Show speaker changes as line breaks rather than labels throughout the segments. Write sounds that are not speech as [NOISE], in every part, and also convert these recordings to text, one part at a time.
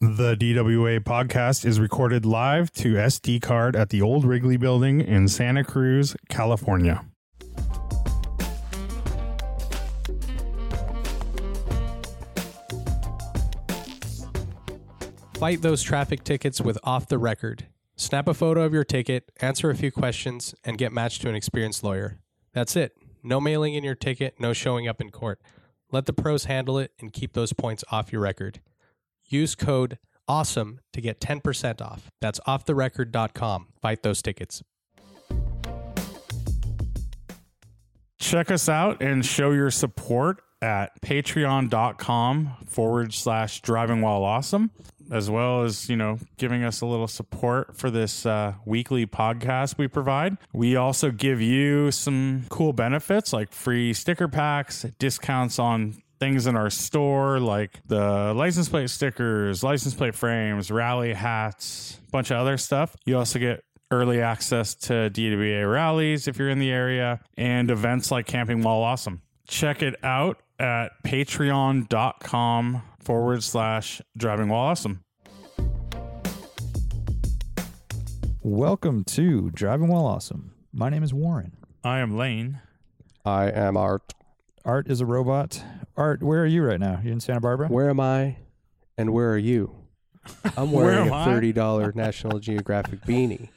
The DWA podcast is recorded live to SD card at the old Wrigley building in Santa Cruz, California.
Fight those traffic tickets with Off the Record. Snap a photo of your ticket, answer a few questions, and get matched to an experienced lawyer. That's it. No mailing in your ticket, no showing up in court. Let the pros handle it and keep those points off your record. Use code AWESOME to get 10% off. That's offtherecord.com. Fight those tickets.
Check us out and show your support at patreon.com forward slash driving while awesome, as well as, you know, giving us a little support for this uh, weekly podcast we provide. We also give you some cool benefits like free sticker packs, discounts on things in our store like the license plate stickers, license plate frames, rally hats, bunch of other stuff. You also get early access to DWA rallies if you're in the area and events like Camping Wall Awesome. Check it out at patreon.com forward slash driving while awesome.
Welcome to Driving While Awesome. My name is Warren.
I am Lane.
I am Art.
Art is a robot. Art, where are you right now? You in Santa Barbara?
Where am I and where are you? I'm
Where
wearing
am I?
a $30 National Geographic beanie,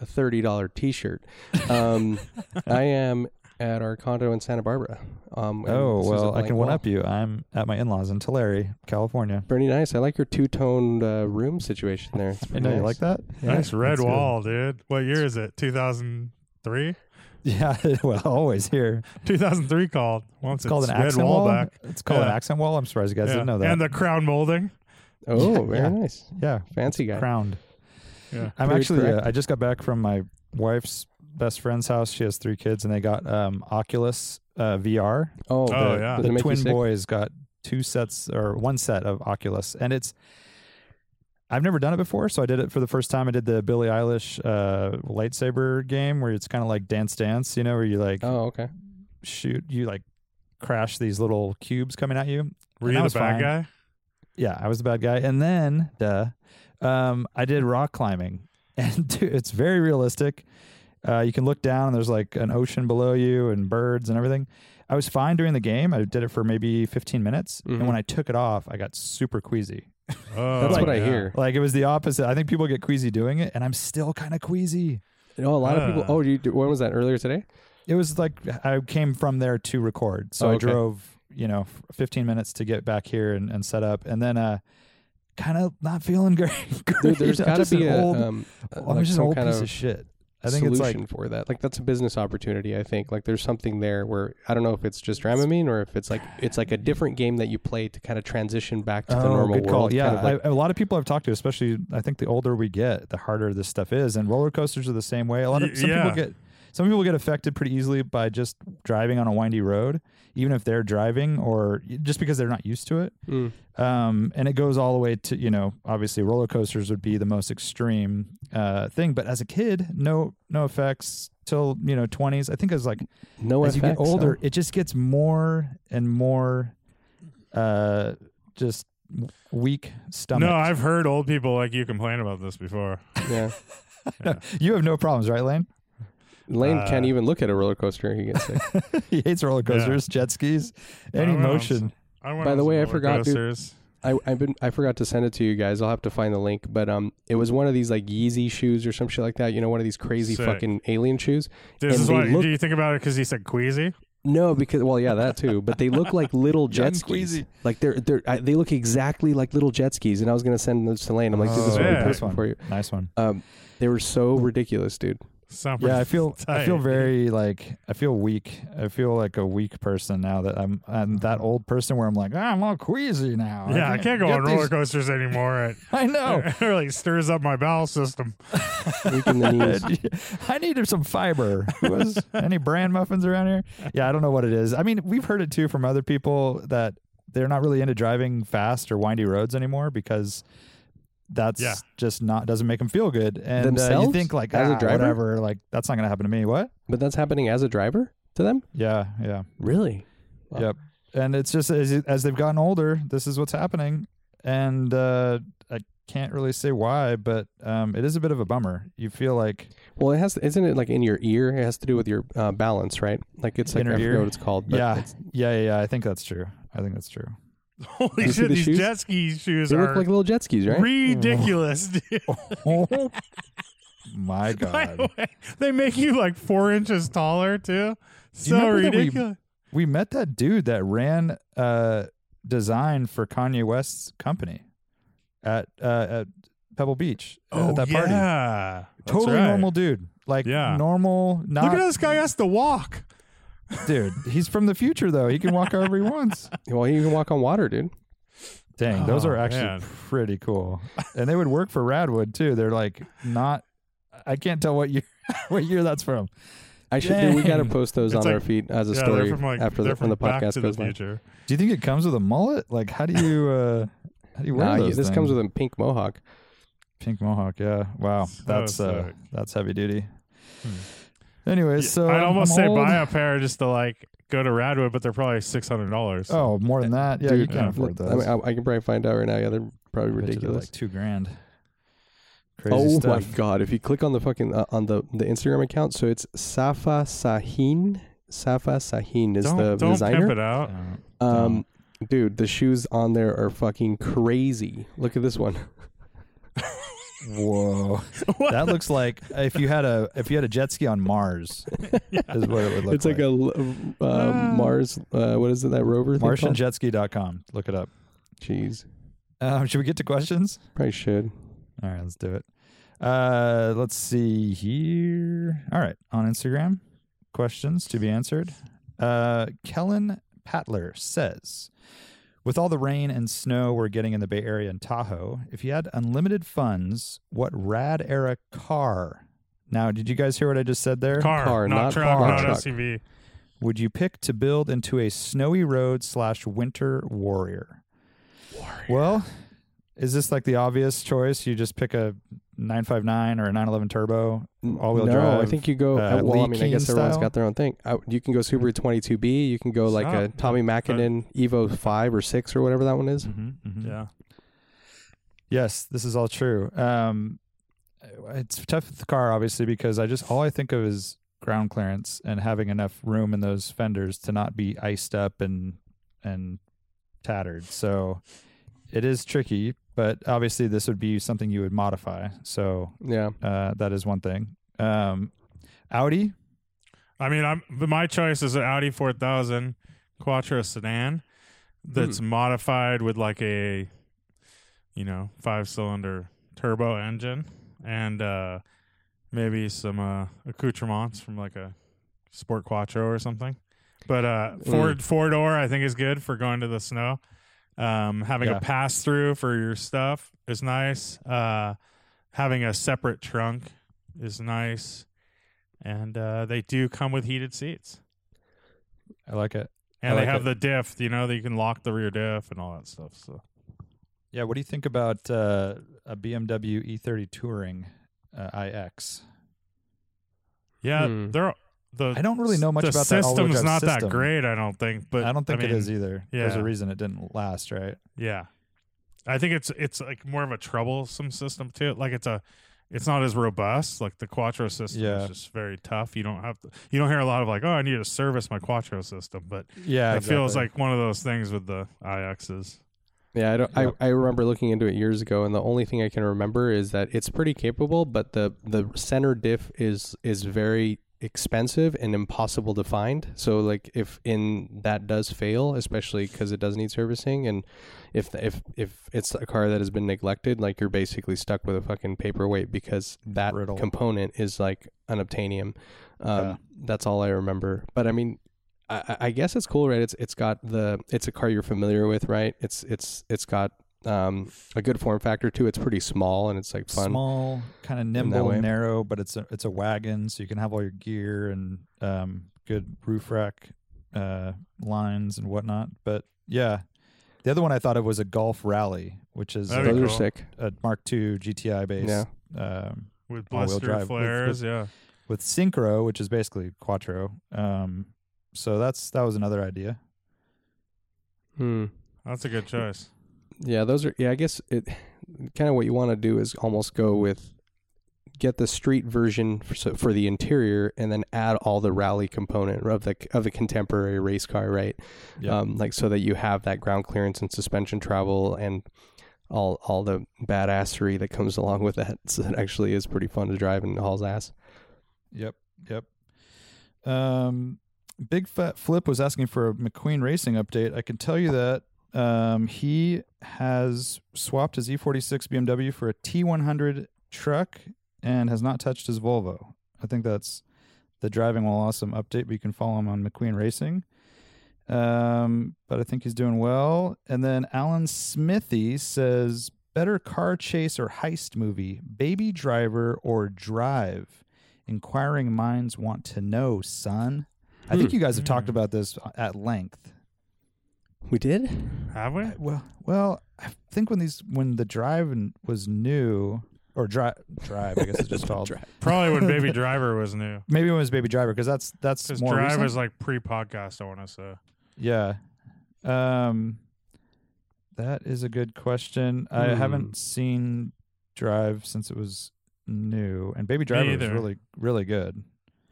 a $30 t shirt. Um, I am at our condo in Santa Barbara. Um, and
Oh
this is a
well, I
blank
can
wall.
one up you. I'm at my in-laws in Tulare, California.
Pretty nice. I like your two toned uh, room situation there. It's
I
pretty
know you
nice.
like that. Yeah,
nice red
that's good.
wall, dude. What year is it? 2003?
[LAUGHS] Yeah, [LAUGHS] well, always here.
2003 called. Once
It's called an
red
accent
wall,
wall.
back.
It's called an
Yeah.
accent wall. I'm surprised you guys
Yeah.
didn't know that.
And the crown molding.
Oh,
Yeah,
very
yeah.
nice.
yeah,
Fancy guy.
crowned.
Yeah.
I'm
Pretty
actually. Uh,
correct.
I just got back from my wife's best friend's house. She has three kids, and they got um, Oculus uh, VR.
Oh,
Oh,
the,
yeah.
Does it
the
make you
twin
sick?
boys got two sets or one set of Oculus, and it's. I've never done it before, so I did it for the first time. I did the Billie Eilish uh, lightsaber game, where it's kind of like Dance Dance, you know, where you like
Oh, okay.
shoot, you like crash these little cubes coming at you.
Were
And that
you
was
the bad
fine.
guy?
Yeah, I was the bad guy, and then duh, um, I did rock climbing, [LAUGHS] and dude, it's very realistic. Uh, you can look down, and there's like an ocean below you, and birds and everything. I was fine during the game. I did it for maybe 15 minutes,
Mhm.
and when I took it off, I got super queasy.
Oh,
That's what I
yeah.
hear.
Like it was the opposite. I think people get queasy doing it, and I'm still kind of queasy.
You know, a lot of people.
Ah.
Uh.
Oh, you, when was that? Earlier today?
It was like I came from there to record, so
Oh,
I
okay.
drove you know 15 minutes to get back here and, and set up, and then uh, kind of not feeling [LAUGHS] great.
Dude, there's
I'm
got to
just an
be a,
old-
um, uh,
I'm
like
just an
some
old
kind
piece
of
of, shit. I think it's
solution
like
for that. Like that's a business opportunity. I think like there's something there where I don't know if it's just Dramamine or if it's like it's like a different game that you play to kind of transition back to the
oh,
normal
good
world.
call. Yeah,
kind of like-
I- a lot of people I've talked to, especially I think the older we get, the harder this stuff is. And roller coasters are the same way. A lot
Y-
of some
yeah.
people get some people get affected pretty easily by just driving on a windy road, even if they're driving or just because they're not used to it.
Mm.
um, and it goes all the way to you know obviously roller coasters would be the most extreme uh, thing but as a kid no no effects till you know 20s i think as like
no
as you get
FX, huh?
older it just gets more and more uh, just w- weak stomach
No, I've heard old people like you complain about this before.
Yeah,
you have no problems right lane [LAUGHS]
Lane
Uh,
can't even look at a roller coaster. He gets sick.
he hates roller coasters jet skis any
I went on
motion
I went
By
on
the
some
way, I
roller
forgot, dude.
coasters.
I I've been I forgot to send it to you guys. I'll have to find the link. But um, it was one of these like Yeezy shoes or some shit like that. You know, one of these crazy
Sick.
fucking alien shoes.
This
And
is
they
why.
look-
do you think about it because he said queasy?
No, because well, yeah, that too. But they look like little
[LAUGHS] Young
jet skis.
Queasy.
Like they're they're I, they look exactly like little jet skis. And I was gonna send those to Lane. I'm like, dude, this
Oh,
would be
yeah.
perfect for you.
nice one
Um, they were so ridiculous, dude.
Sound
yeah
pretty [LAUGHS]
i feel i
tight.
feel very like i feel weak i feel like a weak person now that i'm i'm that old person where i'm like "Ah, i'm all queasy now
Yeah, I can't go
get
on
these-"
roller coasters
[LAUGHS]
anymore. It
[LAUGHS] i
Oh.
know
[LAUGHS] it really stirs up my bowel system. [LAUGHS]
Weak in
[LAUGHS]
the knees.
i needed some fiber
[LAUGHS]
was any bran muffins around here yeah i don't know what it is i mean we've heard it too from other people that they're not really into driving fast or windy roads anymore because that's
Yeah.
just not doesn't make them feel good and uh, you
Themselves?
think like
As a
"Ah,
driver?"
whatever like that's not gonna happen to me what
But that's happening as a driver to them?
yeah yeah
Really? Wow.
Yep. And it's just as, as they've gotten older, this is what's happening. and uh, I can't really say why, but um, it is a bit of a bummer. You feel like
Well, it has. Isn't it like in your ear? It has to do with your uh, balance, right? Like it's like
Inner
I forget
ear?
what it's called. But
yeah,
it's-
yeah, yeah, yeah. I think that's true. I think
[LAUGHS]
that's true.
Holy
You see
shit,
the
these
shoes?
jet ski shoes
they look
are
like little jet skis, right?
ridiculous, dude. [LAUGHS]
Oh
By
my
the
god,
way, they make you like four inches taller too. So
remember
uh,
that we-
ridiculous.
we met that dude that ran uh, design for Kanye West's company at uh, at Pebble Beach uh, at that party.
Oh, yeah. That's
Totally
right.
normal dude, like
Yeah.
normal, not
Look at how this guy has to walk.
dude. He's from the future though. He can walk however he wants.
Well, you can walk on water, dude.
Dang, those
Oh,
are actually
man.
pretty cool. And they would work for Radwood too. They're like not I can't tell what year [LAUGHS] what year that's from.
I should. dude, we gotta
Dang.
post those
It's
on our
like-
feed as a
yeah,
story
they're from like
after
they're
the, when the
Back to
podcast goes
the
live.
future.
Do you think it comes with a mullet? Like how do you uh how do you wear
Nah, you-
those
this comes
things?
with a pink mohawk.
pink mohawk, yeah. Wow.
So
that's uh
sick.
that's heavy duty. Anyways, so
Hmm. I'd almost
I'm
say
old.
buy a pair just to like go to Radwood, but they're probably six hundred dollars.
Oh, more than that. Yeah, you
Dude,
can't
yeah.
afford
I,
those.
mean, I, I can probably find out right now. Yeah, they're probably
I bet you they're
ridiculous.
Like two grand. Crazy
Oh
stuff.
[LAUGHS] my god! If you click on the fucking uh, on the the Instagram account, so it's Safa Sahin. Safa Sahin is
don't
the
don't
designer.
pimp it out.
Um, dude, the shoes on there are fucking crazy. Look at this one.
Whoa. that looks like if you had a if you had a jet ski
[LAUGHS]
on Mars is what it would look Ah.
it's like, a uh, Mars. Uh, what is it? That rover. thing called?
MartianJetSki.com. Look it up.
Jeez,
Um, should we get to questions?
probably should.
All right, let's do it. Uh, let's see here. All right, on Instagram, questions to be answered. Uh, Kellen Patler says, "With all the rain and snow we're getting in the Bay Area and Tahoe, if you had unlimited funds, what rad era car?" Now, did you guys hear what I just said there?
Car,
Car,
not,
not
truck,
car.
not
Truck.
SUV.
would you pick to build into a snowy road slash winter warrior? Well, is this like the obvious choice? You just pick a 959 or a 911 turbo. All-wheel
no, I
drive,
think you go.
uh,
well, I mean,
Lee
I
Keen
guess everyone's
style?
got their own thing. I, you can go Super 22B. You can go like a
Stop.
Tommy Mackinnon Evo 5 or 6 or whatever that one is.
Mm.
Yeah.
Yes, this is all true. Um, it's tough with the car, obviously, because I just all I think of is ground clearance and having enough room in those fenders to not be iced up and and tattered. So it is tricky, but obviously this would be something you would modify. So
Yeah.
uh, that is one thing. Um, Audi,
I mean, I'm but my choice is an Audi 4000 Quattro sedan that's
Hmm.
modified with like a you know five cylinder turbo engine and uh, maybe some uh, accoutrements from like a Sport Quattro or something. But uh,
Mm.
four four door I think is good for going to the snow. Um, having
Yeah.
a pass through for your stuff is nice. Uh, having a separate trunk is nice and uh, they do come with heated seats.
I like it. I
And
like
they have
it.
the diff, you know, that you can lock the rear diff and all that stuff. So
Yeah, what do you think about uh, a BMW E30 E Touring uh, iX? Uh,
yeah,
Hmm.
they're the
I don't really know much
the
about that all-wheel
system's
drive
not
system.
that great, I don't think. But
I don't think it
mean,
is either. There's a
yeah.
reason it didn't last, right?
Yeah, I think it's it's like more of a troublesome system too. Like it's a it's not as robust. Like the Quattro system
Yeah.
is just very tough. You don't have to, you don't hear a lot of like, oh, I need to service my Quattro system, but
Yeah,
it feels like one of those things with the IXs.
Yeah, I don't.
Yep.
I, I remember looking into it years ago, and the only thing I can remember is that it's pretty capable, but the the center diff is is very expensive and impossible to find. So like if in that does fail, especially because it does need servicing, and if if if it's a car that has been neglected, like you're basically stuck with a fucking paperweight because that
Brittle.
component is like unobtainium. Um,
Yeah.
That's all I remember. But I mean, I, I- I guess it's cool, right? It's it's got the it's a car you're familiar with, right? It's it's it's got um, a good form factor too. It's pretty small and it's like fun.
small, kind of
way.
nimble, narrow, but it's a it's a wagon, so you can have all your gear and um, good roof rack uh, lines and whatnot. But yeah, the other one I thought of was a Golf Rally, which is
That'd
Those
Very
are
cool.
sick.
a Mark II GTI based
Yeah.
um,
With
All-wheel drive,
blister
with-
flares, yeah.
with synchro, which is basically quattro. Um, so that's that was another idea.
Hmm.
That's a good choice.
Yeah, those are. Yeah, I guess it. Kind of what you want to do is almost go with get the street version for, so, for the interior, and then add all the rally component of the of the contemporary race car, right?
Yeah.
Um, like so that you have that ground clearance and suspension travel and all all the badassery that comes [LAUGHS] along with that. So it actually is pretty fun to drive and hauls ass.
Yep. Yep. Um, Big Fat Flip was asking for a McQueen Racing update. I can tell you that um, he has swapped his E46 BMW for a T100 truck and has not touched his Volvo. I think that's the driving while awesome update. But you can follow him on McQueen Racing. Um, but I think he's doing well. And then Alan Smithy says, "Better car chase or heist movie, Baby Driver or Drive." Inquiring minds want to know, son. I think you guys have talked about this at length.
We did.
Have we?
I- Well, well, I think when these when the drive n- was new or drive drive, I guess
[LAUGHS]
it's just called.
Probably when
[LAUGHS]
Baby Driver was new.
Maybe when it was Baby Driver because that's that's
Because
more
Drive
recent.
is like pre-podcast. I want to say.
Yeah. Um that is a good question. I
Hmm.
haven't seen Drive since it was new and Baby Driver was
either.
really really good.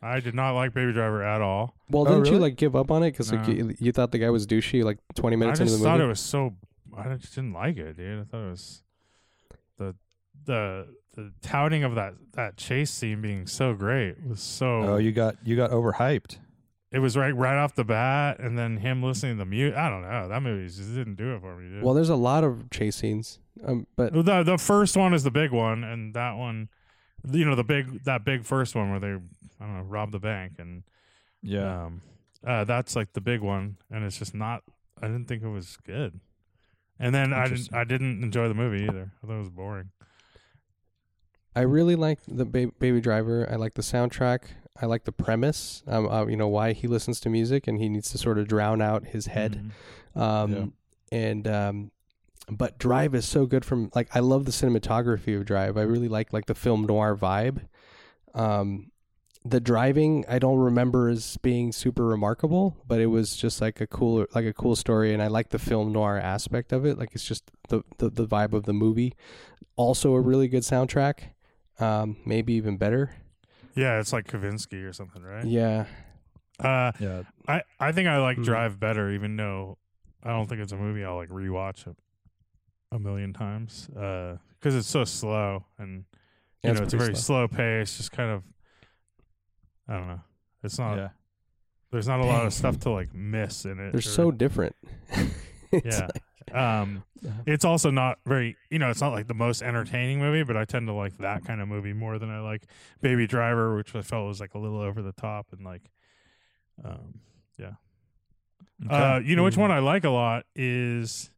I did not like Baby Driver at all.
Well,
Oh,
didn't you
really?
like give up on it because like,
No.
you, you thought the guy was douchey like twenty
I
minutes into
just
the
thought
movie?
it was so. I just didn't like it, dude. I thought it was the the the touting of that that chase scene being so great was so.
Oh, you got you got overhyped.
it was right right off the bat, and then him listening to the mute. I don't know. That movie just didn't do it for me, dude.
Well, there's a lot of chase scenes, um, but
the the first one is the big one, and that one, you know, the big that big first one where they I don't know rob the bank and
Yeah.
Um, uh, that's like the big one, and it's just not. I didn't think it was good, and then I didn't.
Interesting.
I didn't enjoy the movie either. I thought it was boring.
I really like the ba- Baby Driver. I like the soundtrack. I like the premise. Um, uh, you know why he listens to music and he needs to sort of drown out his head. Um,
Yeah.
and um, but Drive is so good from like I love the cinematography of Drive. I really like like the film noir vibe. Um, the driving I don't remember as being super remarkable, but it was just like a cool like a cool story, and I like the film noir aspect of it. Like it's just the the, the vibe of the movie. Also, a really good soundtrack. Um, maybe even better.
Yeah, it's like Kavinsky or something, right?
Yeah,
Uh,
Yeah.
I I think I like
Mhm.
Drive better, even though I don't think it's a movie I'll like rewatch a, a million times. Uh 'cause because it's so slow and you
Yeah,
know it's a
pretty
very slow. pace. Just kind of, I don't know. It's not.
yeah.
There's not a lot
Dang.
of stuff to like miss in it.
They're
or-
so different. [LAUGHS] It's
yeah.
like-
um,
Uh-huh.
it's also not very, you know, it's not like the most entertaining movie, but I tend to like that kind of movie more than I like Baby Driver, which I felt was like a little over the top and like, um, uh, you know, which
Mhm.
one I like a lot is,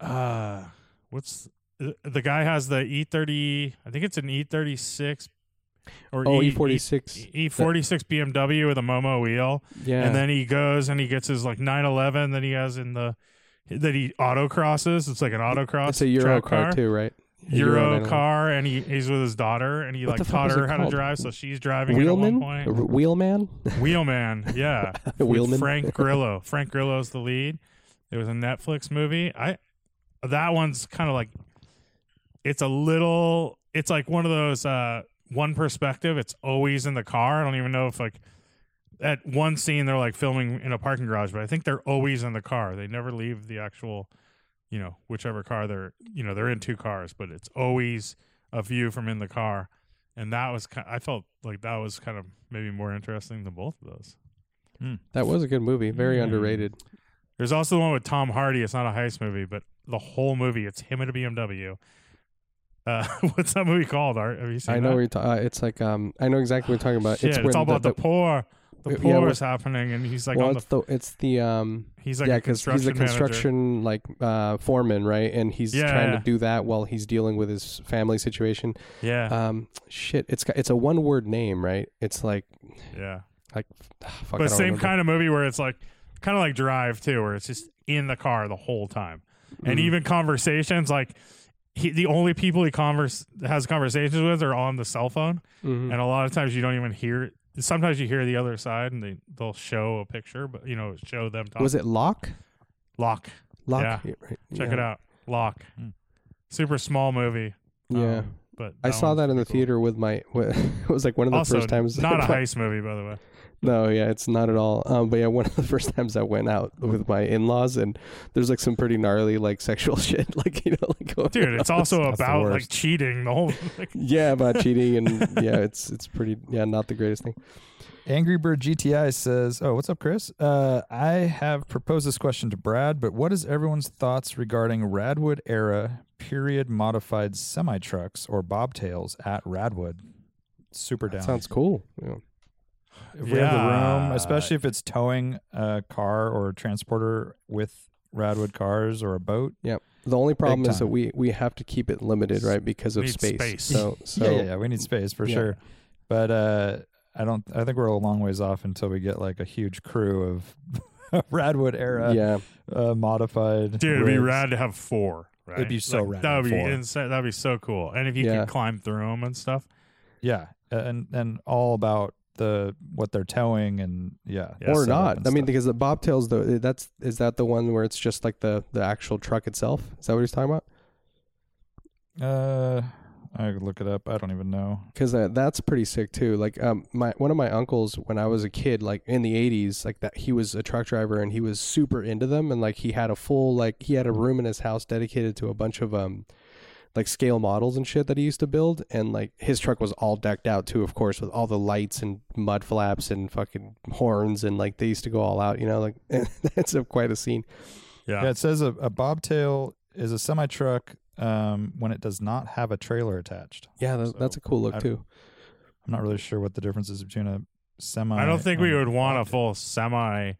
uh, what's uh, the guy has the E30, I think it's an E36 or
oh,
E-
E forty six.
E- E46 BMW with a Momo wheel.
Yeah.
And then he goes and he gets his like 911 that he has in the that he autocrosses. It's like an autocross.
it's a Euro
track
car, too, right? A
Euro,
911.
car, and he, he's with his daughter, and he
What the
like
fuck
taught
was
her
it
how
called?
to drive, so she's driving
Wheelman,
at
A
one
r- wheelman, [LAUGHS]
point. [LAUGHS] Wheelman, yeah,
A
with
wheelman.
Frank Grillo. Frank Grillo's the lead. It was a Netflix movie. I that one's kind of like it's a little. It's like one of those uh one perspective. It's always in the car. I don't even know if like at one scene they're like filming in a parking garage, but I think they're always in the car. They never leave the actual, you know, whichever car they're, you know, they're in two cars, but it's always a view from in the car. And that was kind I felt like that was kind of maybe more interesting than both of those.
That was a good movie. Very
Yeah.
underrated.
There's also the one with Tom Hardy. It's not a heist movie, but the whole movie it's him at a BMW. Uh, [LAUGHS] what's that movie called? Art? Have you seen?
I know
that?
what you're ta- uh, it's like um, I know exactly what you're talking about.
Shit,
it's
it's,
when
all about the, poor.
Yeah,
The poor
well-
is happening, and he's like
well,
on the.
it's the, it's the um,
He's like
yeah,
a
because
construction
he's a
manager.
construction like uh, foreman, right? And he's
Yeah,
trying
yeah.
to do that while he's dealing with his family situation.
Yeah,
Um, shit, it's got- it's a one word name, right? It's like
yeah.
like fuck, I
but
don't
same
remember.
kind of movie where it's like kind of like drive too where it's just in the car the whole time and
Mm.
even conversations like he, the only people he converse has conversations with are on the cell phone
Hmm.
Mhm.
and a lot of times you don't even hear sometimes you hear the other side and they, they'll show a picture but you know show them talking.
was it Locke?
lock
Locke.
Yeah.
right.
check
Yeah.
it out Lock.
Hmm.
Super small movie.
Yeah.
Um, but
I saw
one's
that in the
pretty cool.
theater with my. [LAUGHS] it was like one of the
also,
first times.
not a
[LAUGHS] that-
heist movie, by the way.
No, yeah, it's not at all. Um, but yeah, [LAUGHS] one of the first times I went out with my in-laws, and there's like some pretty gnarly like sexual [LAUGHS] shit, like you know, like going [LAUGHS]
Dude, it's
on.
also
that's the
about like
worst.
cheating. The whole [LAUGHS] like, [LAUGHS]
yeah about cheating, and yeah, it's it's pretty yeah not the greatest thing.
Angry Bird GTI says, "Oh, what's up, Chris? Uh, I have proposed this question to Brad, but what is everyone's thoughts regarding Radwood era period modified semi trucks or bobtails at Radwood? Super down.
Sounds cool. Yeah.
if we have the room,
Yeah.
especially if it's towing a car or a transporter with Radwood cars or a boat.
The only problem is that
time.
we we have to keep it limited, right? Because of
Needs
space.
space.
[LAUGHS]
So so
yeah, yeah, yeah, we need space for
Yeah.
sure. But uh, I don't. I think we're a long ways off until we get like a huge crew of [LAUGHS] Radwood era
yeah.
uh, modified.
dude, it'd be
rigs.
rad to have four. Right?
be so
Like,
rad to
That
have
would be
four.
insane. That'd be so cool. And if you
Yeah.
could climb through them and stuff,
Yeah, and and all about the what they're towing and yeah,
Yeah,
or
setup
not.
and
I mean,
stuff.
because the bobtails though, i- that's is that the one where it's just like the the actual truck itself? Is that what he's talking about?
uh, I could look it up. I don't even know.
Because that, that's pretty sick too. Like um, my one of my uncles when I was a kid, like in the '80s, like that he was a truck driver and he was super into them and like he had a full like he had a room in his house dedicated to a bunch of um like scale models and shit that he used to build and like his truck was all decked out too of course with all the lights and mud flaps and fucking horns and like they used to go all out you know like [LAUGHS] that's a, quite a scene
yeah.
Yeah, it says a, a bobtail is a semi truck um, when it does not have a trailer attached.
Yeah, that's, that's a cool look
I-
too.
I'm not really sure what the difference is between a semi.
I don't think we
and-
would want a full semi,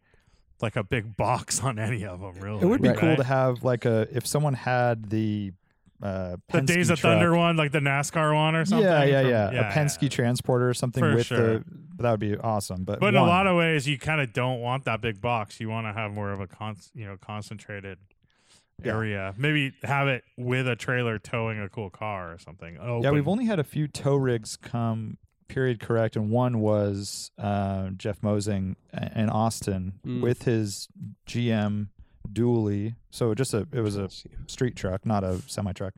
like a big box on any of them. Really,
It would be
Right.
cool to have like a if someone had the uh,
the
Penske
Days of
truck-
Thunder one, like the NASCAR one or something.
Yeah, yeah,
from-
yeah, A Penske transporter or something
For
with
sure.
the that would be awesome. But
But in a
one.
lot of ways, you kind of don't want that big box. You want to have more of a con- you know concentrated
Yeah.
area. Maybe have it with a trailer towing a cool car or something. Oh,
Yeah, we've only had a few tow rigs come period correct, and one was uh, Jeff Mosing a- in Austin
Mm.
with his GM dually. So just a it was a
Let's see.
street truck, not a semi truck,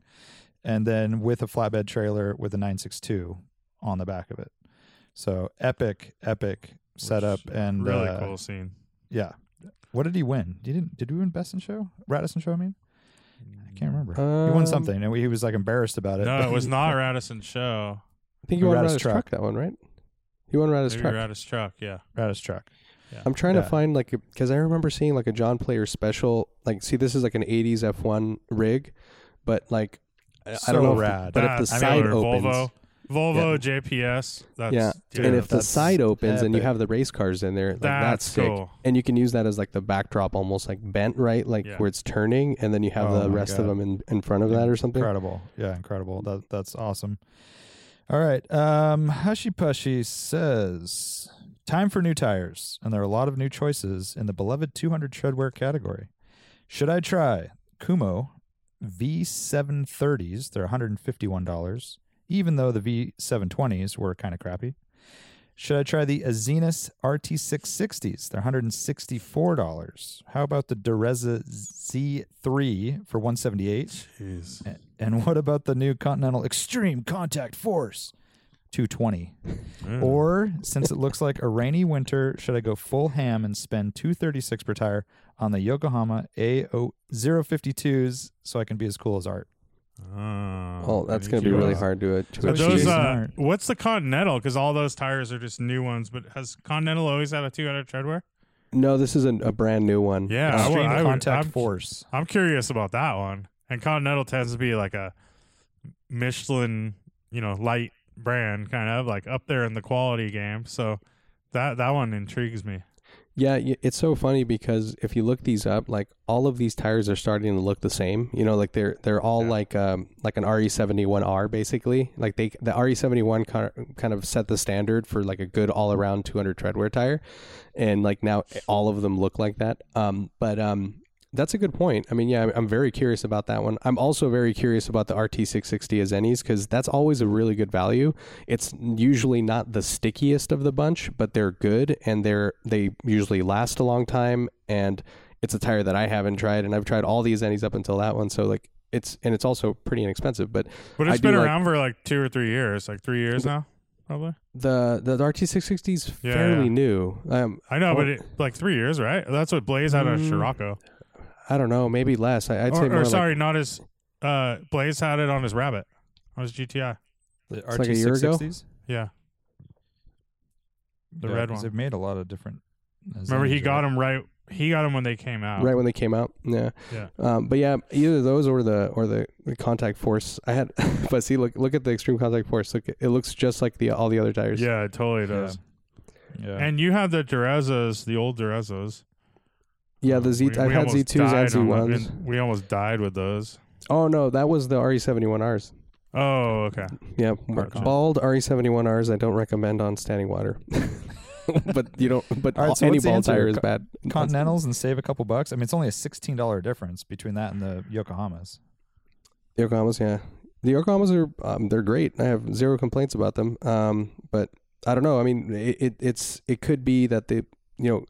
and then with a flatbed trailer with a 962 on the back of it. So epic, epic setup and
really
uh,
cool scene.
Yeah, what did he win? He didn't. Did we win Best in Show? Radisson Show? I mean, I can't remember. he
Um,
won something, and he was like embarrassed about it.
No, it
[LAUGHS]
was not Radisson show.
I think you won
Radis
Radis truck.
truck.
that one, right? You won Radis
Maybe
truck.
Radis truck. Yeah,
Radis truck.
I'm trying
Yeah.
to find like because I remember seeing like a John Player special. Like, see, this is like an '80s F1 rig, but like I- I
So
don't know, if the-
rad.
but
That-
if the
Ah, I mean,
side
or
opens,
Volvo, Volvo JPS. That's,
yeah,
dude,
and if the
that's
side opens and you
epic.
have the race cars in there, like
that's,
that's, sick.
cool.
And you can use that as like the backdrop, almost like bent, right? Like
Yeah.
where it's turning, and then you have
Oh
the
my
rest of
God.
them in, in front of that or something.
Incredible. Yeah, incredible. That that's awesome. All right. Um Hushy Pushy says time for new tires, and there are a lot of new choices in the beloved 200 treadwear category. Should I try Kumo V730s? They're $151, even though the V720s were kind of crappy. Should I try the Azenis RT660s? They're $164. How about the Dureza Z3 for 178
Jeez.
a- And what about the new Continental Extreme Contact Force 220?
Mm.
Or since it looks like a rainy winter, should I go full ham and spend 236 per tire on the Yokohama A052s so I can be as cool as art?
Oh, that's gonna be
you
really
go.
hard to, to
Are
But
achieve.
those
she's
uh,
smart.
what's the Continental? Because all those tires are just new ones. But has Continental always had a 200 treadwear?
no, this is a, a brand new one.
Yeah, I would-
Extreme
I would-
Contact
I'm-
Force.
I'm curious about that one. And Continental tends to be like a Michelin, you know, light brand, kind of like up there in the quality game. So that that one intrigues me.
Yeah, y- it's so funny because if you look these up, like all of these tires are starting to look the same. You know, like they're they're all
Yeah.
like um like an RE71R basically. Like they the E RE71 car, kind of set the standard for like a good all-around 200 treadwear tire and like now all of them look like that. Um but um that's a good point. I mean, yeah, I'm- I'm very curious about that one. I'm also very curious about the RT660 Azenis because that's always a really good value. It's usually not the stickiest of the bunch, but they're good and they're they usually last a long time. And it's a tire that I haven't tried, and I've tried all these Azenis up until that one. So like, it's and it's also pretty inexpensive. But
But
I
it's
do
been
like-
around for like two or three years, like three years now, probably.
the the, the RT660 is
Yeah,
fairly
yeah.
new. Um,
I know, but
Or-
it, like three years, right? That's what Blaze had on
Mm,
Scirocco.
I don't know, maybe less. I, I'd
or
say
or
more like
sorry, not his. Uh, Blaze had it on his Rabbit, on his GTI.
The
It's like a year ago?
RT660s?
Yeah, the
Yeah,
red
'cause
one.
They've made a lot of different.
Remember, he got
them.
him right. He got him when they came out.
right when they came out. Yeah.
Yeah.
Um, but yeah, either those or the or the, the contact force. I had, [LAUGHS] but see, look look at the extreme contact force. Look, it looks just like the all the other tires.
Yeah, it totally
Yeah.
does.
Yeah.
And you had the Durezas, the old Durezas.
Yeah, the Z.
We-
have
we
had
almost
Z2s and
died on them,
Z1s.
and We almost died with those.
Oh no, that was the RE71Rs.
Oh, okay.
Yeah,
Gotcha.
bald RE71Rs. I don't recommend on standing water. [LAUGHS] but you don't. But
All right, so
any
what's the
bald tire
answer?
is
Co-
bad.
[LAUGHS] Continentals and save a couple bucks. I mean, it's only a sixteen dollar difference between that and the Yokohamas.
The Yokohamas, yeah. The Yokohamas are um, they're great. I have zero complaints about them. Um, but I don't know. I mean, it, it it's it could be that they you know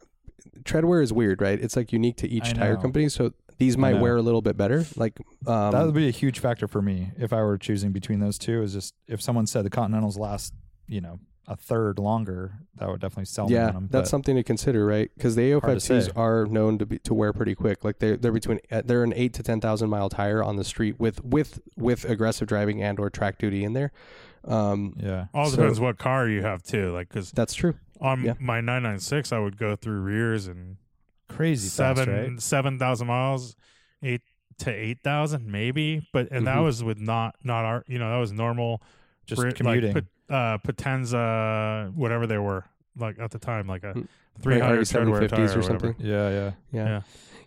treadwear is weird, right? It's like unique to
I
each tire
know.
company, so these might
know.
wear a little bit better. Like um,
that would be a huge factor for me if I were choosing between those two. Is just if someone said the Continentals last, you know, a third longer, that would definitely sell me
yeah,
on them.
that's something to consider, right? Because the
Hard to say.
AO5Ts are known to be to wear pretty quick. Like they're they're between uh, they're an eight to ten thousand mile tire on the street with with with aggressive driving and or track duty in there. Um,
yeah.
All
So-
depends what car you have too. Like, because
that's true.
on
Yeah.
my 996, I would go through rears and
Crazy fast,
seven
right?
seven thousand miles, eight to eight thousand maybe. But and that
Mhm.
was with not not our you know that was normal,
Just
Brit-
commuting.
like, Put- uh, Potenza whatever they were like at the time like a
Mm.
three hundred treadwear
750s
tire or,
or
something.
something.
Yeah, yeah.
Yeah.
Yeah.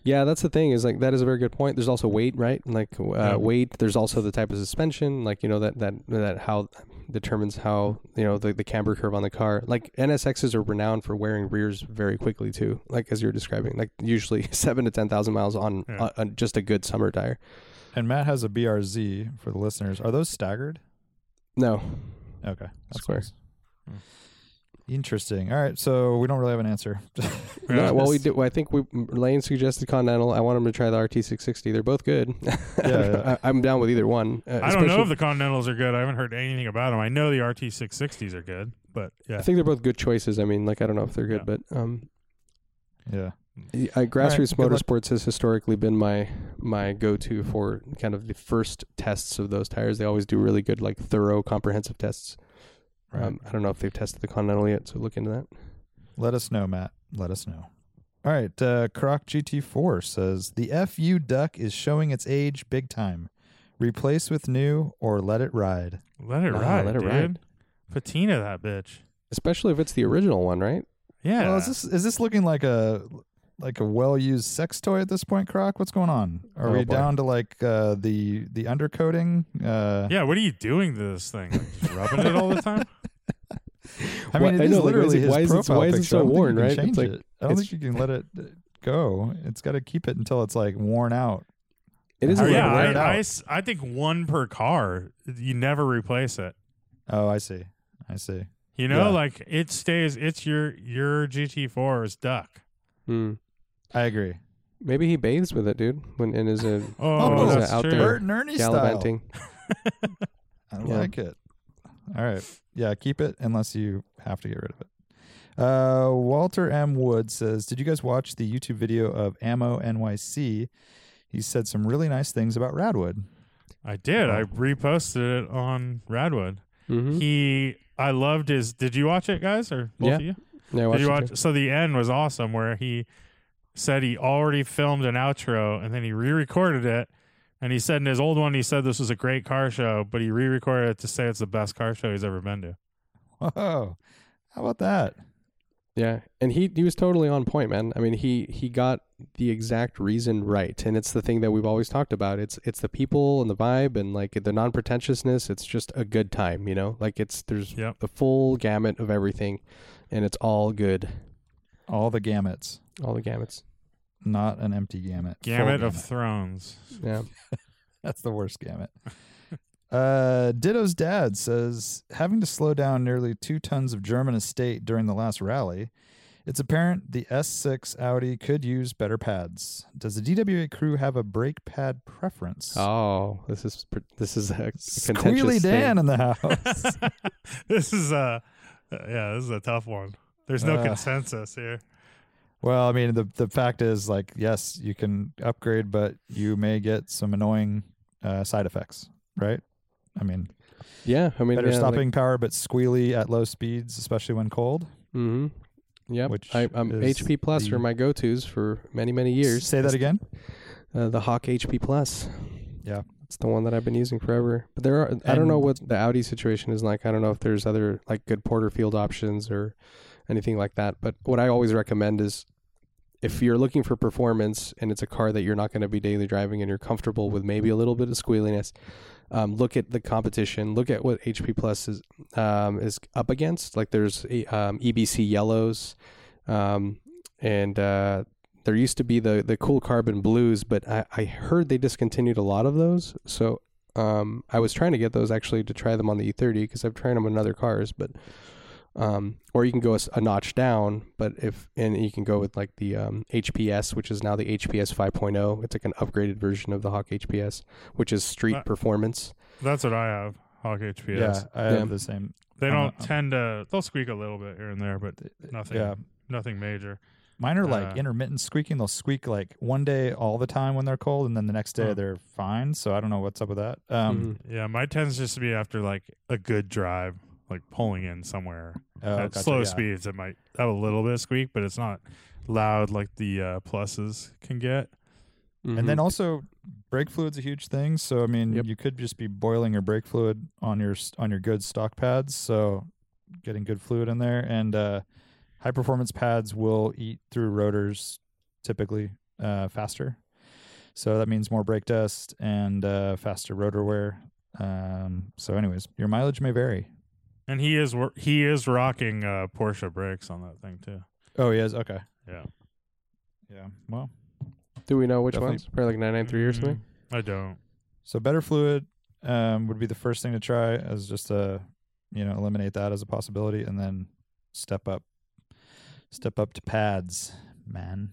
yeah. that's the thing is like that is a very good point. There's also weight, right? Like uh,
Yeah.
weight. There's also the type of suspension, like you know that that that how determines how you know the, the camber curve on the car. Like NSXs are renowned for wearing rears very quickly too. Like as you're describing, like usually [LAUGHS] seven to ten thousand miles on,
Yeah.
on, on just a good summer tire.
And Matt has a BRZ for the listeners. Are those staggered?
No,
Okay, that's
Square.
nice. Hmm. Interesting. All right, so we don't really have an answer.
No, well we do. I think we Lane suggested Continental. I want him to try the RT660. They're both good. [LAUGHS]
yeah.
I, am down with either one. Uh,
I don't know
especially-
if the Continentals are good. I haven't heard anything about them. I know the RT 660s are good, but yeah.
I think they're both good choices. I mean, like I don't know if they're good, but um,
yeah.
Y- I, grassroots
good luck.
motorsports has historically been my my go-to for kind of the first tests of those tires. They always do really good, like thorough, comprehensive tests.
Right.
Um, I don't know if they've tested the Continental yet, so look into that.
Let us know, Matt. Let us know. All right. Uh, Croc GT4 says the FU duck is showing its age big time. Replace with new or let it ride.
Let it
Nah,
ride,
Uh, let it
dude.
ride.
Patina that bitch.
Especially if it's the original one, right?
Yeah.
Well, is this is this looking like a like a well used sex toy at this point, Croc? What's going on? Are
Oh,
we
boy.
down to like uh, the the undercoating? Uh,
yeah, what are you doing to this thing? Like, just rubbing it all the
[LAUGHS]
time?
I mean,
Why-
it
I
is
know, like, why is
literally
it-
his
why is it-
profile
why is it
picture.
so
I don't think you
worn,
can
right?
change
It's like-
it. I don't
it's-
think you can let it uh, go. It's got to keep it until it's like worn out.
It is.
Oh,
a
yeah,
little
I,
weird.
I s- I think one per car. You never replace it.
Oh, I see. I see.
You know,
Yeah.
like it stays. It's your your GT4's duck.
Hmm.
I agree.
Maybe he bathes with it, dude. When and
[LAUGHS]
is a
Oh,
Oh,
is it
that's
out
true.
there?
Bert and Ernie style.
gallivanting.
I
Yeah.
like it. All right. Yeah, keep it unless you have to get rid of it. Uh, Walter M. Wood says, Did you guys watch the YouTube video of Ammo NYC? He said some really nice things about Radwood. [LAUGHS]
I did. I reposted it on Radwood.
Mm-hmm.
He, I loved his. Did you watch it, guys, or both
Yeah.
of you?
Yeah, I
Did you
watched it
watch? So the end was awesome, where he said he already filmed an outro and then he re-recorded it. And he said in his old one, he said this was a great car show, but he re-recorded it to say it's the best car show he's ever been to.
Whoa. How about that?
Yeah, and he he was totally on point, man. I mean, he he got the exact reason right, and it's the thing that we've always talked about. It's it's the people and the vibe and like the non pretentiousness. It's just a good time, you know. Like it's there's
Yep.
the full gamut of everything, and it's all good,
All the gamuts,
all the gamuts.
not an empty gamut. Full
Gamut of Thrones. [LAUGHS]
Yeah,
[LAUGHS] That's the worst gamut. uh, Ditto's dad says having to slow down nearly two tons of German estate during the last rally It's apparent the S6 Audi could use better pads. Does the DWA crew have a brake pad preference?
Oh, this is pr- this is a contentious
Squealy Dan in
[LAUGHS]
the house.
this is a yeah, this is a tough one. There's no
Uh.
consensus here.
well, I mean, the the fact is, like, yes, you can upgrade, but you may get some annoying uh, side effects, right? I mean,
thing. Yeah, I mean,
better
yeah, like-
stopping power, but squealy at low speeds, especially when cold.
Mm-hmm. Yep.
Which
I, um,
is
HP Plus
the-
are my go-tos for many, many years.
Say that again.
Uh, the Hawk HP Plus.
Yeah.
It's the one that I've been using forever. But there are, I don't know
And-
what the Audi situation is like. I don't know if there's other like good Porterfield options or anything like that. But what I always recommend is if you're looking for performance and it's a car that you're not going to be daily driving and you're comfortable with maybe a little bit of squealiness, um, look at the competition. Look at what HP Plus is um, is up against. Like there's eh, um, EBC yellows, um, and uh, there used to be the the cool carbon blues, but I, I heard they discontinued a lot of those. So um, I was trying to get those actually to try them on the E30 because I've tried them on other cars, but um, or you can go a s- a notch down, but if and you can go with like the um, HPS, which is now the HPS 5.0. oh. It's like an upgraded version of the Hawk HPS, which is street
Uh,
performance.
That's what I have. Hawk HPS.
Yeah, I have
Yeah.
the same.
They
I'm
don't
not-
tend to. They'll squeak a little bit here and there, but nothing.
Yeah,
Nothing major.
mine are like
Uh,
intermittent squeaking. They'll squeak like one day all the time when they're cold, and then the next day
Huh.
they're fine. So I don't know what's up with that. Um,
Mhm.
Yeah, my tends just to be after like a good drive, like pulling in somewhere
oh,
at
gotcha,
slow
yeah.
speeds. It might have a little bit of squeak, but it's not loud like the uh, pluses can get.
And then also, brake fluid's a huge thing. So I mean,
Yep.
you could just be boiling your brake fluid on your s- on your good stock pads. So getting good fluid in there, and uh, high performance pads will eat through rotors typically uh, faster. So that means more brake dust and uh, faster rotor wear. Um, so, anyways, your mileage may vary.
And he is wor- he is rocking uh, Porsche brakes on that thing too.
Oh, he is okay.
Yeah.
Yeah. Well,
do we know which
Definitely.
ones? Probably like 993 or something.
Mm, I don't.
So better fluid um, would be the first thing to try as just to you know eliminate that as a possibility, and then step up, step up to pads, man.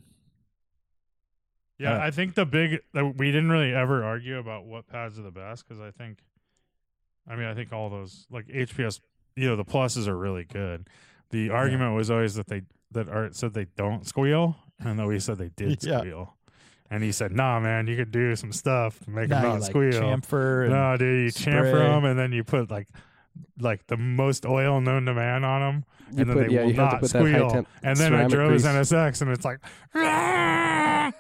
Yeah,
Uh,
I think the big uh, we didn't really ever argue about what pads are the best because I think, I mean, I think all those like HPS, you know, the pluses are really good. The argument was always that they that Art said they don't squeal, and that we said
[LAUGHS]
they did
Yeah.
squeal, and he said, "Nah, man, you could do some stuff to make
Now
them
you,
not
like,
squeal."
Chamfer and
no, dude, you chamfer
spray.
them, and then you put like like the most oil known to man on them,
You
and then
put-
they
yeah,
will
you have to
not
put that high
squeal.
temp
and then I
ceramic
drove his
grease.
NSX, and it's like. [LAUGHS]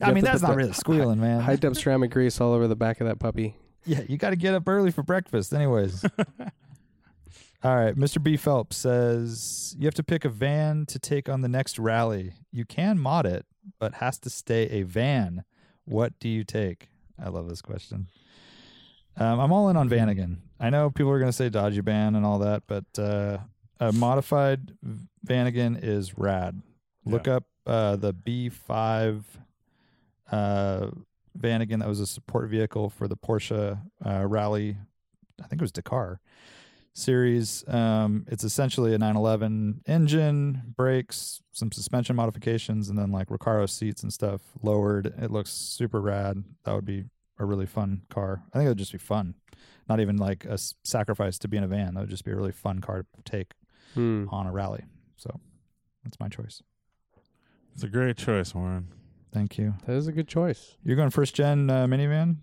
I
You have
mean
to
that's
put
not
the
really squealing, man.
High temp ceramic grease all over the back of that puppy.
yeah, you got to get up early for breakfast, anyways. All right, Mr. B. Phelps says you have to pick a van to take on the next rally. You can mod it, but has to stay a van. What do you take? I love this question. Um, I'm all in on van again. I know people are going to say dodgy van and all that, but uh, a modified Vanagon is rad. Look up uh, the B5 uh, Vanagon that was a support vehicle for the Porsche uh, Rally. I think it was Dakar series. Um, it's essentially a 911 engine, brakes, some suspension modifications, and then like Recaro seats and stuff lowered. It looks super rad. That would be a really fun car. I think it would just be fun. Not even like a s- sacrifice to be in a van. That would just be a really fun car to take
Hmm.
on a rally. So that's my choice.
It's a great choice, Warren.
Thank you.
That is a good choice.
You're going first gen uh, minivan,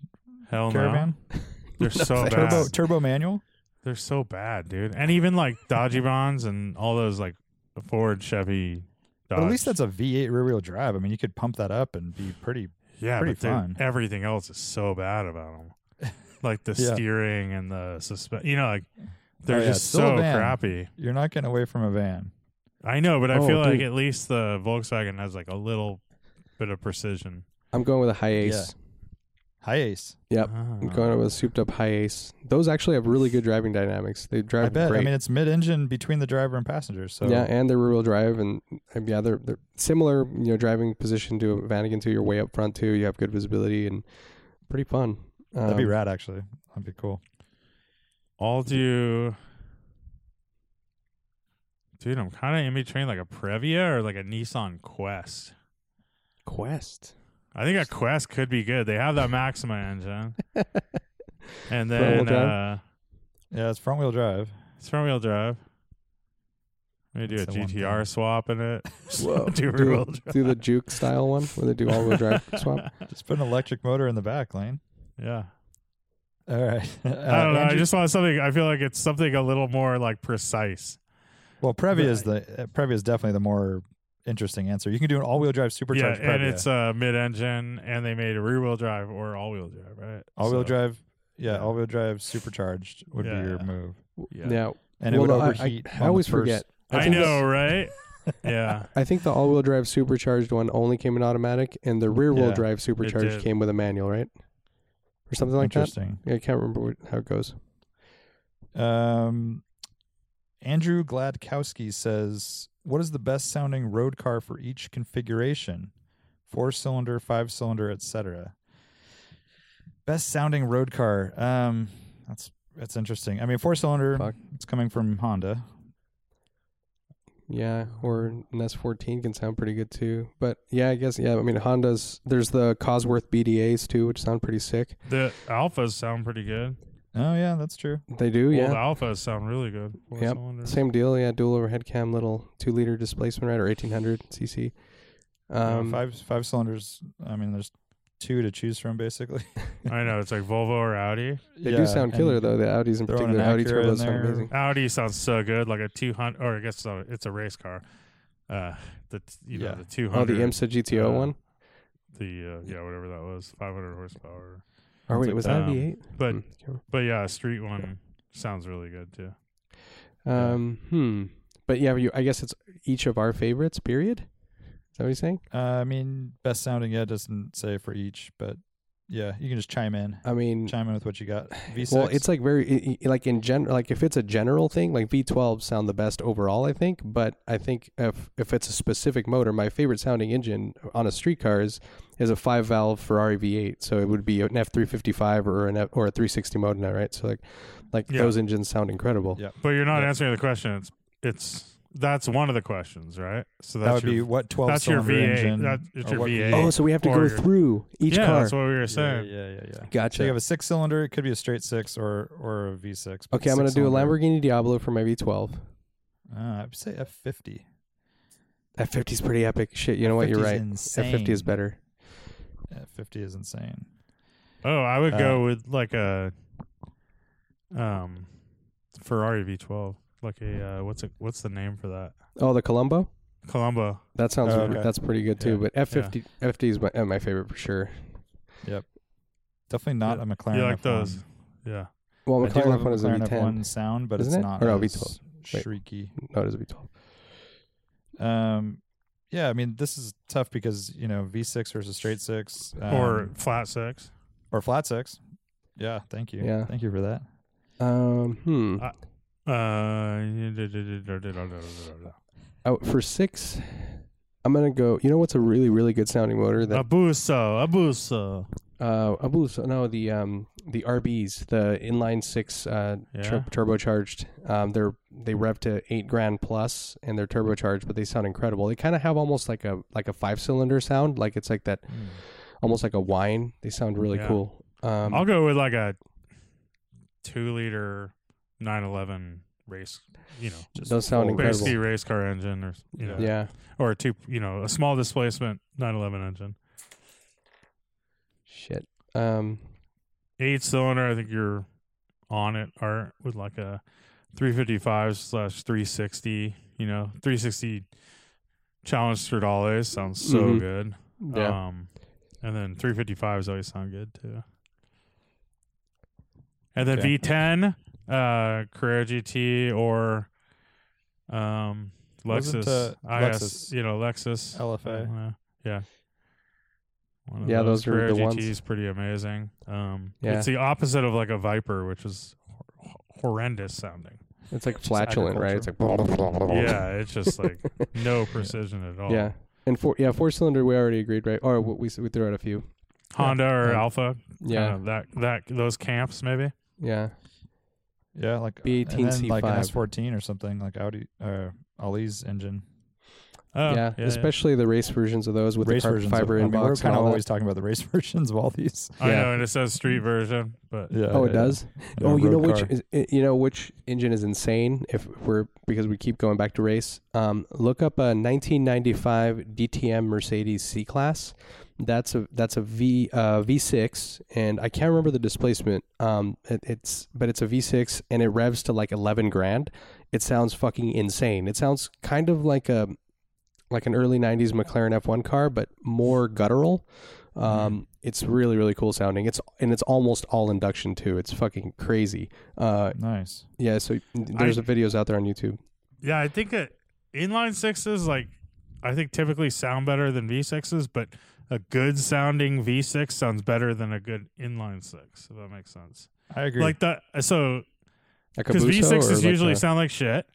Hell Oh, no.
caravan, [LAUGHS]
They're so bad.
turbo, turbo manual.
They're so bad, dude. And even like Dodgy Bonds and all those like Ford, Chevy, Dodge.
But at least that's a V8 rear wheel drive. I mean, you could pump that up and be pretty.
yeah,
pretty
but they're-
fun.
Everything else is so bad about them,
[LAUGHS]
like the
Yeah.
steering and the suspension. You know, like they're
Oh, yeah, it's
just
still a
so
van.
crappy.
You're not getting away from a van.
I know, but I
Oh,
feel like
dude.
at least the Volkswagen has like a little bit of precision.
I'm going with a high ace.
Yeah. High ace.
Yep. I'm going with a souped up high ace. Those actually have really good driving dynamics. They drive
I bet.
great.
I mean, it's mid-engine between the driver and passenger. So
yeah, and they're rear wheel drive, and and yeah, they're, they're similar. You know, driving position to a Vanagon too. You're way up front too. You have good visibility and pretty fun.
that'd be
Um,
rad. Actually, that'd be cool.
I'll do Dude, I'm kind of in between like a Previa or like a Nissan Quest.
Quest.
I think a Quest could be good. They have that Maxima engine. and
Front-wheel
then
drive?
uh,
Yeah, it's front wheel drive.
it's front wheel drive. Maybe do
That's
a
the one
GTR swap in
[LAUGHS]
it.
[LAUGHS]
Whoa.
do
Do,
real
a- do the Juke style one where they do all
[LAUGHS]
wheel drive swap.
Just put an electric motor in the back lane.
Yeah.
All right. [LAUGHS] Uh,
I don't know. I
Andrew-
just want something. I feel like it's something a little more like precise.
well, Previa is the uh, Previa is definitely the more interesting answer. You can do an all wheel drive
yeah,
supercharged
and
Previa.
it's uh, mid-engine, and they made a rear-wheel drive or all-wheel drive, right?
all wheel
So-
drive. Yeah,
Yeah.
all wheel drive supercharged would
Yeah,
be your
yeah.
move,
Yeah.
Yeah.
and it
Well,
would
no, I-
overheat.
I,
on
I
the
always
first-
forget.
I
think
[LAUGHS] know,
this-
right? yeah,
I think the all wheel drive supercharged one only came in automatic, and the rear wheel
Yeah,
drive
did.
supercharged came with a manual, right? Or something like that.
Interesting.
Yeah, I can't remember what, how it goes.
Um, Andrew Gladkowski says, "What is the best sounding road car for each configuration? Four cylinder, five cylinder, etc." Best sounding road car. Um, that's that's interesting. I mean, four cylinder.
Fuck.
It's coming from Honda.
Yeah, or an S14 can sound pretty good too. But yeah, I guess yeah. I mean, Honda's there's the Cosworth BDAs too, which sound pretty sick.
the alphas sound pretty good.
Oh yeah, that's true.
They do,
Old
yeah.
alphas sound really good. Four
Yep.
cylinders.
Same deal, yeah. Dual overhead cam, little two liter displacement, right, or 1800 cc.
Yeah,
Um,
Uh, five five cylinders. I mean, there's two to choose from basically. [LAUGHS]
I know it's like Volvo or Audi.
they
Yeah,
do sound
and
killer though. The Audis in
throw in
particular,
an
Audi
Acura in
turbos sound
there.
amazing.
Audi sounds so good, like a two hundred, or I guess it's a, it's a race car. Uh, the t- you
Yeah.
know the two
Oh, the
hundred,
IMSA GTO
uh,
one.
the uh, yeah whatever that was, five hundred horsepower.
Or wait,
like
was
that.
that a
Um,
V8?
But
Hmm, can't remember.
but yeah, a street one sounds really good too. yeah.
Um, hmm. But yeah, you, I guess it's each of our favorites. Period. Is that what he's saying?
Uh, I mean, best sounding. Yeah, it doesn't say for each, but yeah, you can just chime in.
I mean,
Chime in with what you got. V6.
Well, it's like very i- i- like in general, like if it's a general thing, like V12 sound the best overall, I think. But I think if if it's a specific motor, my favorite sounding engine on a street car is is a five valve Ferrari V8. So it would be an F355 or an F, or a 360 Modena, right? So like like
Yeah.
those engines sound incredible.
Yeah.
But you're not
Yeah.
answering the question. It's it's that's one of the questions, right? So
that
that's
would
your
be what twelve
that's your
cylinder
V8.
engine.
That- it's
or
your
what
V8.
Oh, so we have to
Or
go
your-
through each
yeah,
car.
that's what we were
Yeah,
saying.
yeah, yeah, yeah. So you
gotcha.
have a six cylinder. It could be a straight six or or a V six.
Okay, I'm gonna do a Lamborghini Diablo for my V12.
Uh, I'd say F fifty.
F50 is pretty epic. Shit, you know what? You're right. F50 is better.
F fifty is insane.
Oh, I would
Uh,
go with like a um Ferrari V12, like a uh, what's it what's the name for that?
Oh, the Colombo.
Colombo.
That sounds
Oh, okay.
that's pretty good
Yeah.
too. But F fifty FD is my, uh, my favorite for sure.
Definitely not
Yeah.
a McLaren.
You like
F1.
those? Yeah.
Well,
I do
McLaren
love
F one is a V
McLaren
ten.
F1 sound, but
Isn't
it's
it?
not
Or no,
as
V12. Wait.
shrieky.
No, it is a V twelve.
Um, yeah, I mean this is tough because you know V six versus straight six um,
or flat six.
or flat six. Yeah, thank you.
Yeah.
thank you for that.
Um, hmm.
Uh, Uh,
Oh, for six, I'm gonna go. You know what's a really really good sounding motor that
Abuso, Abuso.
uh Abu so no the um the RBs the inline six uh
Yeah.
tur- turbocharged um they're they
Hmm.
rev to eight grand plus and they're turbocharged but they sound incredible. They kind of have almost like a like a five cylinder sound like it's like that almost like a wine. They sound really
Yeah.
cool. Um,
I'll go with like a two liter 911 race, you know,
those sound
full-
incredible.
basically race car engine or, you know,
yeah.
or a two, you know, a small displacement 911 engine.
Shit. Um,
eight cylinder. I think you're on it, Art, with like a 355 slash 360. You know, 360 Challenge Stradales sounds so
Mhm.
good.
yeah.
Um, and then 355s always sound good too. And then
Okay.
V10, uh, Carrera GT or um,
Wasn't,
Lexus,
uh,
IS,
Lexus-
you know, Lexus,
LFA.
uh, yeah. One of
Yeah, those are
Carrera
the ones.
GT is pretty amazing. Um,
Yeah.
It's the opposite of like a Viper, which is hor- horrendous sounding.
it's like
just
flatulent, right? It's like
yeah, it's
[LAUGHS]
just like oh. no precision at all.
yeah. And four, yeah, four cylinder. We already agreed, right? Or we we threw out a few.
Honda or
Yeah.
Alpha,
Yeah,
kind of that that those camps maybe.
yeah.
Yeah, like
B18
and then like an
C5.
S14 or something like Audi uh, Ali's engine.
Oh,
yeah, especially the race versions of those with
race
the carbon
versions.
fiber
of, I mean,
inbox.
we're
and
kind of
all that.
always talking about the race [LAUGHS] versions of all these.
I
yeah.
know, and it says street version, but
Yeah.
Oh, it
yeah,
does.
yeah.
Oh,
And a
you know
road
which
car.
is, i- you know which engine is insane if we're because we keep going back to race. Um, look up a 1995 DTM Mercedes C class. That's a that's a V uh, V6, and I can't remember the displacement. Um, it, it's but it's a V6, and it revs to like 11 grand. It sounds fucking insane. It sounds kind of like a like an early 90s McLaren F1 car, but more guttural.
Mm-hmm.
Um, it's really really cool sounding. It's and it's almost all induction too. It's fucking crazy. Uh,
nice.
yeah. So there's
I-
videos out there on YouTube.
yeah, I think that inline sixes like I think typically sound better than V sixes, but a good sounding V six sounds better than a good inline six. If that makes sense.
I agree.
Like that, so
Like a
because V
Busso or
sixes
like
usually
a-
sound like shit,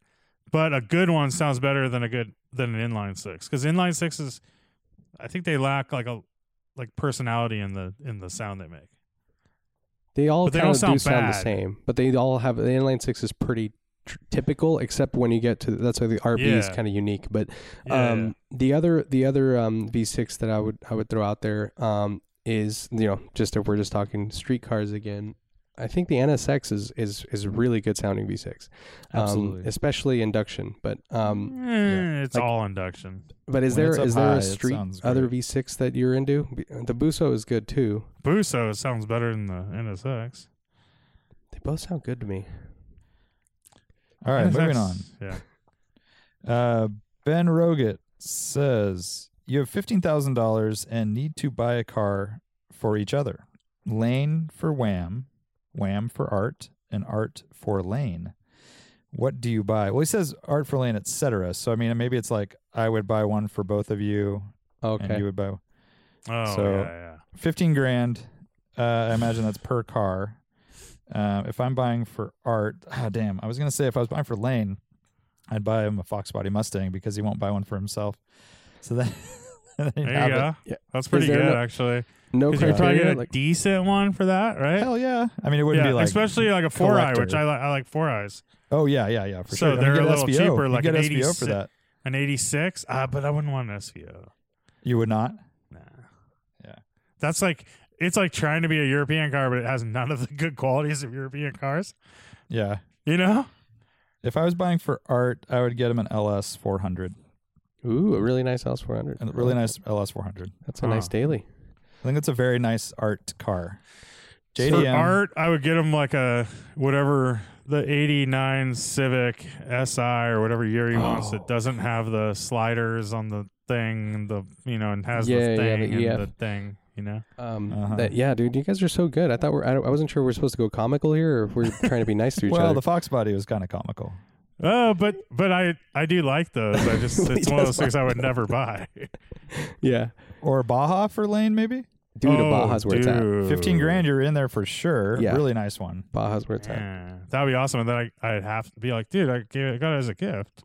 but a good one sounds better than a good than an inline six. Because inline sixes, I think they lack like a like personality in the in the sound they make.
they all
but they
kind
don't
of do
sound
sound the
bad.
same, but they all have the inline six is pretty tr- typical, except when you get to that's why the RB is
Yeah.
kind of unique. But
Yeah,
um, the other the other um, V6 that I would I would throw out there um, is you know just if we're just talking street cars again, I think the NSX is is is a really good sounding V6, um,
Absolutely.
especially induction. But um,
Eh, it's
Like-
all induction.
but is
When
there
it's up
is there
high,
a
it
street
sounds
other
great.
V6 that you're into? B- The Busso is good too.
Busso sounds better than the NSX.
They both sound good to me.
All right, moving on.
NSX Yeah.
Uh, ben Roget says you have fifteen thousand dollars and need to buy a car for each other. Lane for Wham, Wham for Art, and Art for Lane. What do you buy? Well, he says Art for Lane, etc. So I mean, maybe it's like I would buy one for both of you, and
Okay.
you would buy
Oh
So-
yeah, yeah.
fifteen grand. Uh, I imagine that's per car. Um, if I'm buying for Art, ah, damn, I was gonna say if I was buying for Lane, I'd buy him a Fox Body Mustang because he won't buy one for himself. So [LAUGHS] then, then he'd
There
have
you go.
Yeah.
That's pretty
there
good
no-
actually.
[LAUGHS]
No
'Cause you probably
criteria.
get a
Like,
decent one for that,
it.
right?
Hell yeah! I mean, it wouldn't
yeah,
be like
especially like a four eye, which
collector.
I like. I like four eyes.
oh yeah, yeah, yeah, for
So
sure. I mean,
they're
get
a
an
little
SVO.
cheaper,
You
like
get
an
SVO for
86.
that.
An eighty six. Ah, but I wouldn't want an SVO.
You would not.
Nah.
Yeah.
That's like it's like trying to be a European car, but it has none of the good qualities of European cars.
Yeah.
You know?
If I was buying for Art, I would get him an LS 400,
ooh, a really nice LS400.
a really nice LS 400.
That's a nice
Ah.
daily.
I think it's a very nice Art car.
For
JDM.
art, I would get him like a whatever the '89 Civic SI or whatever year he wants
Oh.
that doesn't have the sliders on the thing, and the you know, and has
Yeah,
the
yeah,
thing
the EF.
and the thing. You know?
Um,
Uh-huh.
that, yeah, dude, you guys are so good. I thought we're, I, don't- I wasn't sure we're supposed to go comical here or if we're trying to
[LAUGHS]
be nice to each
well,
other.
the Fox Body was kind of comical.
Oh, but but I I do like those. I
[LAUGHS]
just
He
it's one of those
does
things I would never buy.
yeah.
Or Baja for Lane, maybe?
Dude, a
Oh,
Baja's where it's at.
dude.
15 grand, you're in there for sure.
Yeah.
Really nice one.
Baja's where it's at.
Yeah, that'd be awesome. And then I, I'd have to be like, dude, I gave it, I got it as a gift,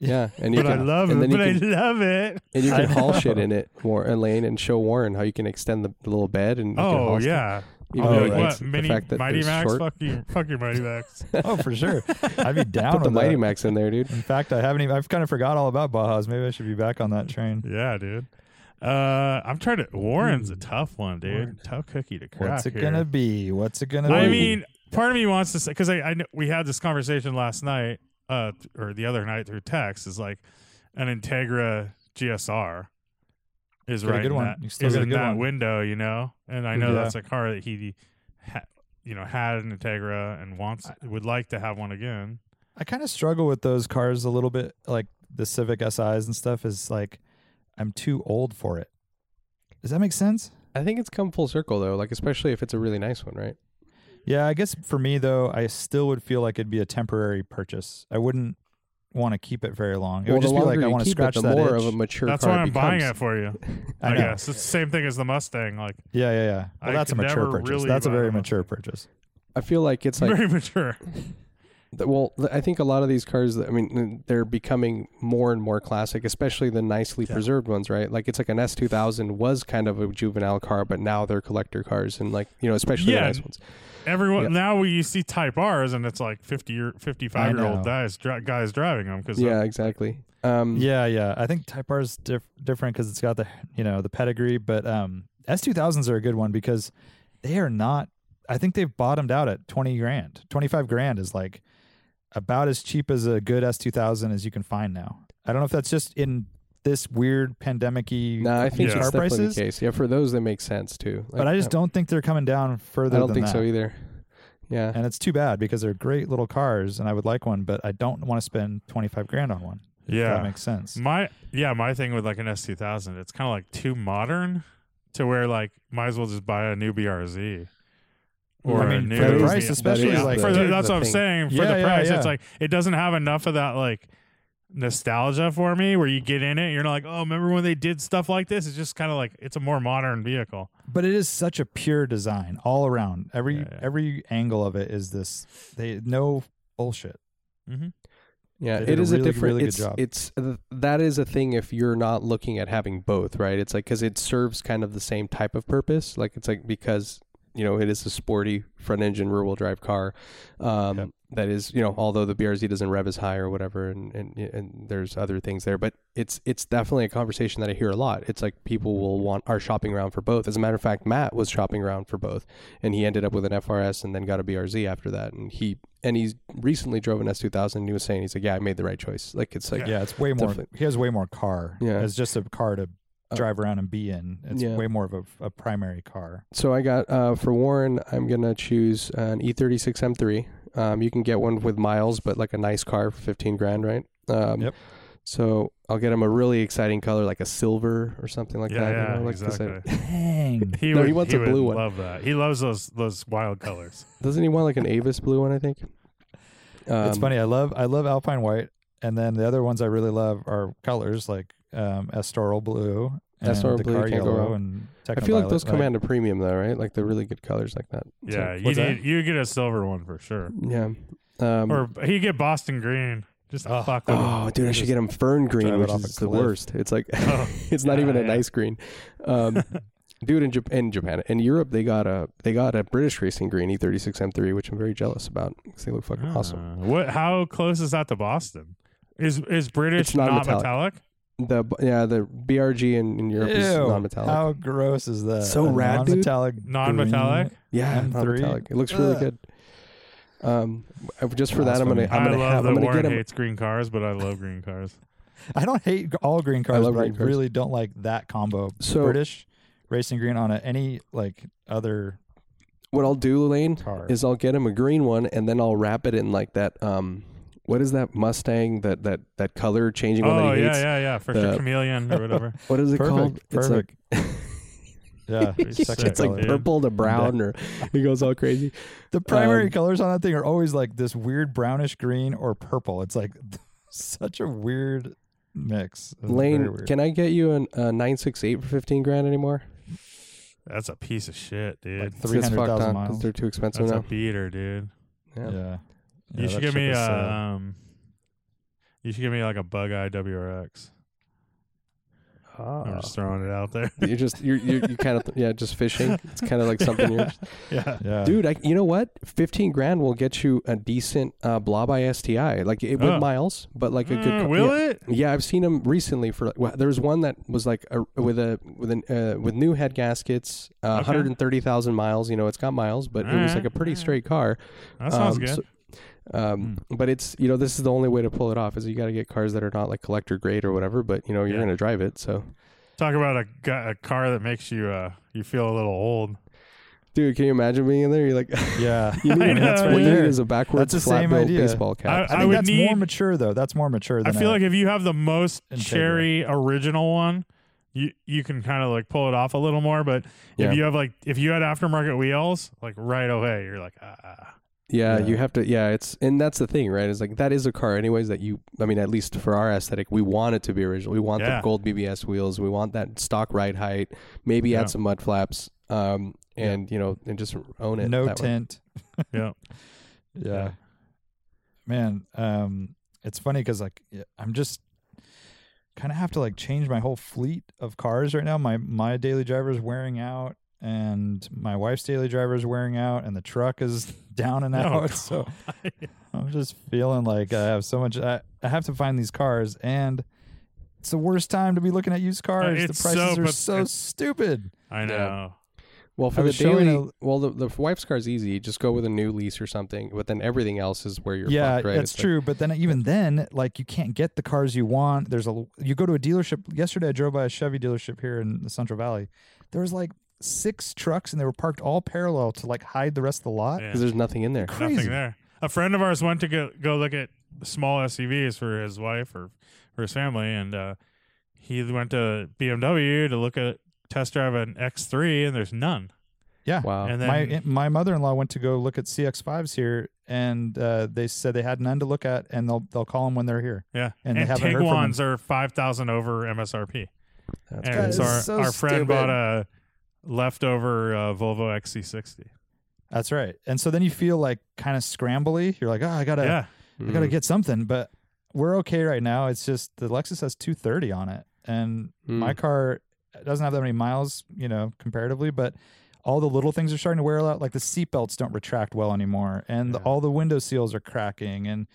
Yeah. And you
but I
can,
love
and
it.
then
But
you can,
I love it.
And you
I
[LAUGHS]
can haul shit
know.
in it, Warren, Lane, and show Warren how you can extend the, the little bed. and you can
Oh
haul stuff.
yeah.
Even
I'll
though
be
he
like,
hates
what?
the
Mini
fact that
Mighty
it's
Max?
short.
Fuck
[LAUGHS]
you, fuck your Mighty Max.
Oh,
[LAUGHS]
for sure. I'd be down
Put the
with
Mighty
that.
Max in there, dude.
In fact, I haven't even, I've kind of forgot all about Bajas. Maybe I should be back on that train.
yeah, dude. Uh, I'm trying to. Warren's a tough one, dude. Tough cookie to crack.
What's it
here.
going to be? What's it going to be?
I mean, part of me wants to say because I, I kn- we had this conversation last night, uh, th- or the other night through text is like an Integra GSR is
Get a
right
good
in
one.
that,
You still
is
get a
in
good
that
one.
window, you know. And I know
Yeah.
that's a car that he, ha, you know, had an Integra and wants would like to have one again.
I kind of struggle with those cars a little bit. Like the Civic SIs and stuff is like, I'm too old for it. Does that make sense?
I think it's come full circle though, like especially if it's a really nice one, right?
Yeah, I guess for me though, I still would feel like it'd be a temporary purchase. I wouldn't want to keep it very long. It
well,
would
the
just be
longer
like I
you
want to
keep it,
scratch
the
that
more
itch.
of a mature
That's
car
why
it
I'm buying
becomes.
it for you.
I
I,
know.
guess it's the same thing as the Mustang, like
Yeah, yeah, yeah. Well,
I
that's a
could
mature
never
purchase.
really
that's a
buy
very
one. [LAUGHS]
mature purchase.
I feel like it's like
very mature.
th- well, th- I think a lot of these cars, I mean, they're becoming more and more classic, especially the nicely preserved ones, right? Like it's like an S2000 was kind of a juvenile car, but now they're collector cars and like, you know, especially
Yeah.
the nice ones.
Everyone
Yeah.
now we you see Type R's and it's like fifty year, fifty five year
know.
old guys dri- guys driving uh, them because
Yeah, exactly. Um,
Yeah, yeah. I think Type R is diff- different because it's got the you know the pedigree, but um, S two thousands are a good one because they are not. I think they've bottomed out at twenty grand. Twenty five grand is like about as cheap as a good S two thousand as you can find now. I don't know if that's just in this weird pandemic-y
No, I think
Yeah.
it's
car
definitely
prices,
the case. Yeah, for those that make sense too.
but I just don't think they're coming down further.
I don't
than
think
that.
so either. Yeah.
And it's too bad because they're great little cars, and I would like one, but I don't want to spend twenty five grand on one. If that
yeah.
makes sense.
My yeah, my thing with like an S two thousand, it's kind of like too modern to where like might as well just buy a new BRZ. Or
I
a
mean,
new
for the
is-
price,
Yeah.
especially
is
like
for
the-
the, that's
the
what I'm
thing.
saying. For
Yeah,
the
yeah,
price,
yeah.
it's like it doesn't have enough of that like nostalgia for me where you get in it and you're like, oh, remember when they did stuff like this? It's just kind of like it's a more modern vehicle.
but it is such a pure design all around every
Yeah, yeah.
every angle of it is this they no bullshit
Yeah,
They did
it
a
is
really,
a different.
really good
it's
job.
it's uh, th- that is a thing if you're not looking at having both, right? It's like because it serves kind of the same type of purpose. Like it's like because you know it is a sporty front engine rear wheel drive car um,
Yep.
that is you know although the BRZ doesn't rev as high or whatever, and, and and there's other things there, but it's it's definitely a conversation that I hear a lot. It's like people will want are shopping around for both. As a matter of fact, Matt was shopping around for both and he ended up with an FRS and then got a BRZ after that. And he and he's recently drove an S2000 and he was saying he's like, yeah, I made the right choice. Like it's like
yeah it's way more
Definitely.
he has way more car
Yeah.
it's just a car to
Uh,
drive around and be in it's
yeah.
way more of a, a primary
[LAUGHS]
car
So I got uh, for Warren, I'm gonna choose an E E36 M3. Um, you can get one with miles, but like a nice car for 15 grand, right? Um,
Yep.
So I'll get him a really exciting color, like a silver or something like
yeah,
that. you
yeah,
know, like uh, 'cause I-
exactly.
dang
He
No,
would,
he wants a
would
blue one.
Love that. He loves those those wild
[LAUGHS]
colors.
doesn't he want like an Avis blue one? I think. Um,
it's funny i love i love alpine white and then the other ones i really love are colors like um estoril blue and
Estoril
the
blue,
car
you can't go
yellow
wrong.
and
I feel like
Technoviolet,
those come at a premium though, right? Like the really good colors like that. So,
yeah, you
what's that?
need, you get a silver one for sure,
yeah. Um,
or um, you get Boston green. Just
Oh.
fuck with
Oh,
him.
dude, I should get him fern green,
drive it
which
off a
is the
cliff.
worst. It's like [LAUGHS]
Oh,
it's not
yeah,
even a
yeah.
nice green. Um, dude, in, Jap- in Japan, in Europe, they got a they got a British racing green E E36 M3, which I'm very jealous about because they
[LAUGHS]
look fucking awesome.
Ah, What? How close is that to Boston? Is is British
It's not
metallic?
The b- yeah, the BRG in, in Europe is
Ew,
non-metallic.
how gross is that
So
A
rad, dude.
non-metallic green-
Non-metallic?
yeah,
M3?
non-metallic. It looks really
Ugh.
good. Um, I- just for that, I'm gonna
Blasphemy.
I'm
i
gonna
love
have
that
I'm gonna
Warren
get him.
hates green cars, but I love green
[LAUGHS]
cars.
I don't hate g- all green cars,
love
but
green
I
cars.
really don't like that combo.
So-
British racing green on a, any like other
What I'll do, Lane,
car.
is I'll get him a green one and then I'll wrap it in like that um what is that Mustang that that that color changing one
Oh
that he
yeah,
hates?
yeah, yeah, for
The-
sure. Chameleon or whatever.
[LAUGHS] What is it
perfect,
called?
perfect.
[LAUGHS]
yeah,
It's like
second
it's like
color.
dude.
purple to brown or he goes all crazy.
the primary
um,
colors on that thing are always like this weird brownish green or purple. It's like [LAUGHS] such a weird mix. It's very
Lane,
weird.
can I get you an, a 968 for 15 grand anymore?
That's a piece of shit, dude.
Like
It's
three hundred
fucked on
thousand
'cause
miles.
They're too expensive
That's a
now.
beater, dude.
yeah.
yeah. yeah,
you should
that
give
ship
me
is,
a
uh,
um. You should give me like a bug eye WRX. I'm just throwing it out there.
You're just you're you're, you kind of yeah just fishing. It's kind of like something
[LAUGHS]
you're
yeah.
[LAUGHS] yeah.
dude. I, you know what? Fifteen grand will get you a decent uh, blob by STI like it, with
Oh.
miles, but like a good
Mm,
co-
will
yeah.
it?
Yeah, I've seen them recently. For well, there was one that was like a, with a with an uh, with new head gaskets, uh,
Okay.
130,000 miles. You know, it's got miles, but it was like a
Alright,
pretty
alright.
straight car.
That sounds
Um,
good. Hmm.
so- um, But it's you know this is the only way to pull it off is you got to get cars that are not like collector grade or whatever. But you know you're
Yeah.
gonna drive it. So,
Talk about a, gu- a car that makes you uh you feel a little old.
dude, can you imagine being in
[LAUGHS]
there? You're like, [LAUGHS]
yeah.
you need,
I know,
that's what you
right
need
there.
is a backwards
the
flat
same
bill
idea.
baseball cap.
I
I, think
would
that's more
need-
mature though. That's more mature
I
than
feel
a-
like if you have the most
Integra.
cherry original one, you you can kind of like pull it off a little more. But
Yeah.
if you have like if you had aftermarket wheels, like right away, you're like
[LAUGHS]
ah.
Yeah,
Yeah.
you have to. Yeah, it's and that's the thing, right? It's like that is a car, anyways. That you, I mean, at least for our aesthetic, we want it to be original. We want the
Yeah.
gold BBS wheels. We want that stock ride height. Maybe
Yeah.
add some mud flaps, um, and you know, and just own it.
no
that way.
tint.
Yeah.
Yeah. man, um, it's funny because like I'm just kind of have to like change my whole fleet of cars right now. My my daily driver is wearing out, and my wife's daily driver is wearing out, and the truck is [LAUGHS]
[LAUGHS]
down
Oh,
and out. so I'm just feeling like I have so much. I, I have to find these cars, and it's the worst time to be looking at used cars.
Uh, it's
the prices
so
are
pat-
so
it's-
stupid.
I know.
Well, for
I
the
was showing
daily,
a-
well, the, the wife's car is easy. Just go with a new lease or something. But then everything else is where you're.
yeah,
fucked, right?
that's
It's like-
true. but then even then, like you can't get the cars you want. There's a you go to a dealership. Yesterday, I drove by a Chevy dealership here in the Central Valley. There was like six trucks, and they were parked all parallel to like hide the rest of the lot.
Yeah.
'Cause there's nothing in there.
Crazy.
Nothing there. A friend of ours went to go, go look at small SUVs for his wife or for his family, and uh, he went to BMW to look at test drive an X3, and there's none.
Yeah.
Wow.
And then
Uh, my my mother in law went to go look at CX5s here, and uh, they said they had none to look at, and they'll they'll call them when they're here.
yeah, and,
and they haven't heard from
Tiguan's are five thousand over MSRP.
That's
And
crazy.
so our,
That is so
our friend
stupid.
bought a leftover uh, Volvo XC60.
That's right. And so then you feel like kind of scrambly. You're like, oh, I gotta
yeah,
I
Mm.
gotta get something, but we're okay right now. It's just the Lexus has 230 on it, and
Mm.
my car doesn't have that many miles, you know, comparatively, but. All the little things are starting to wear out, like the seatbelts don't retract well anymore, and the-
Yeah.
all the window seals are cracking. And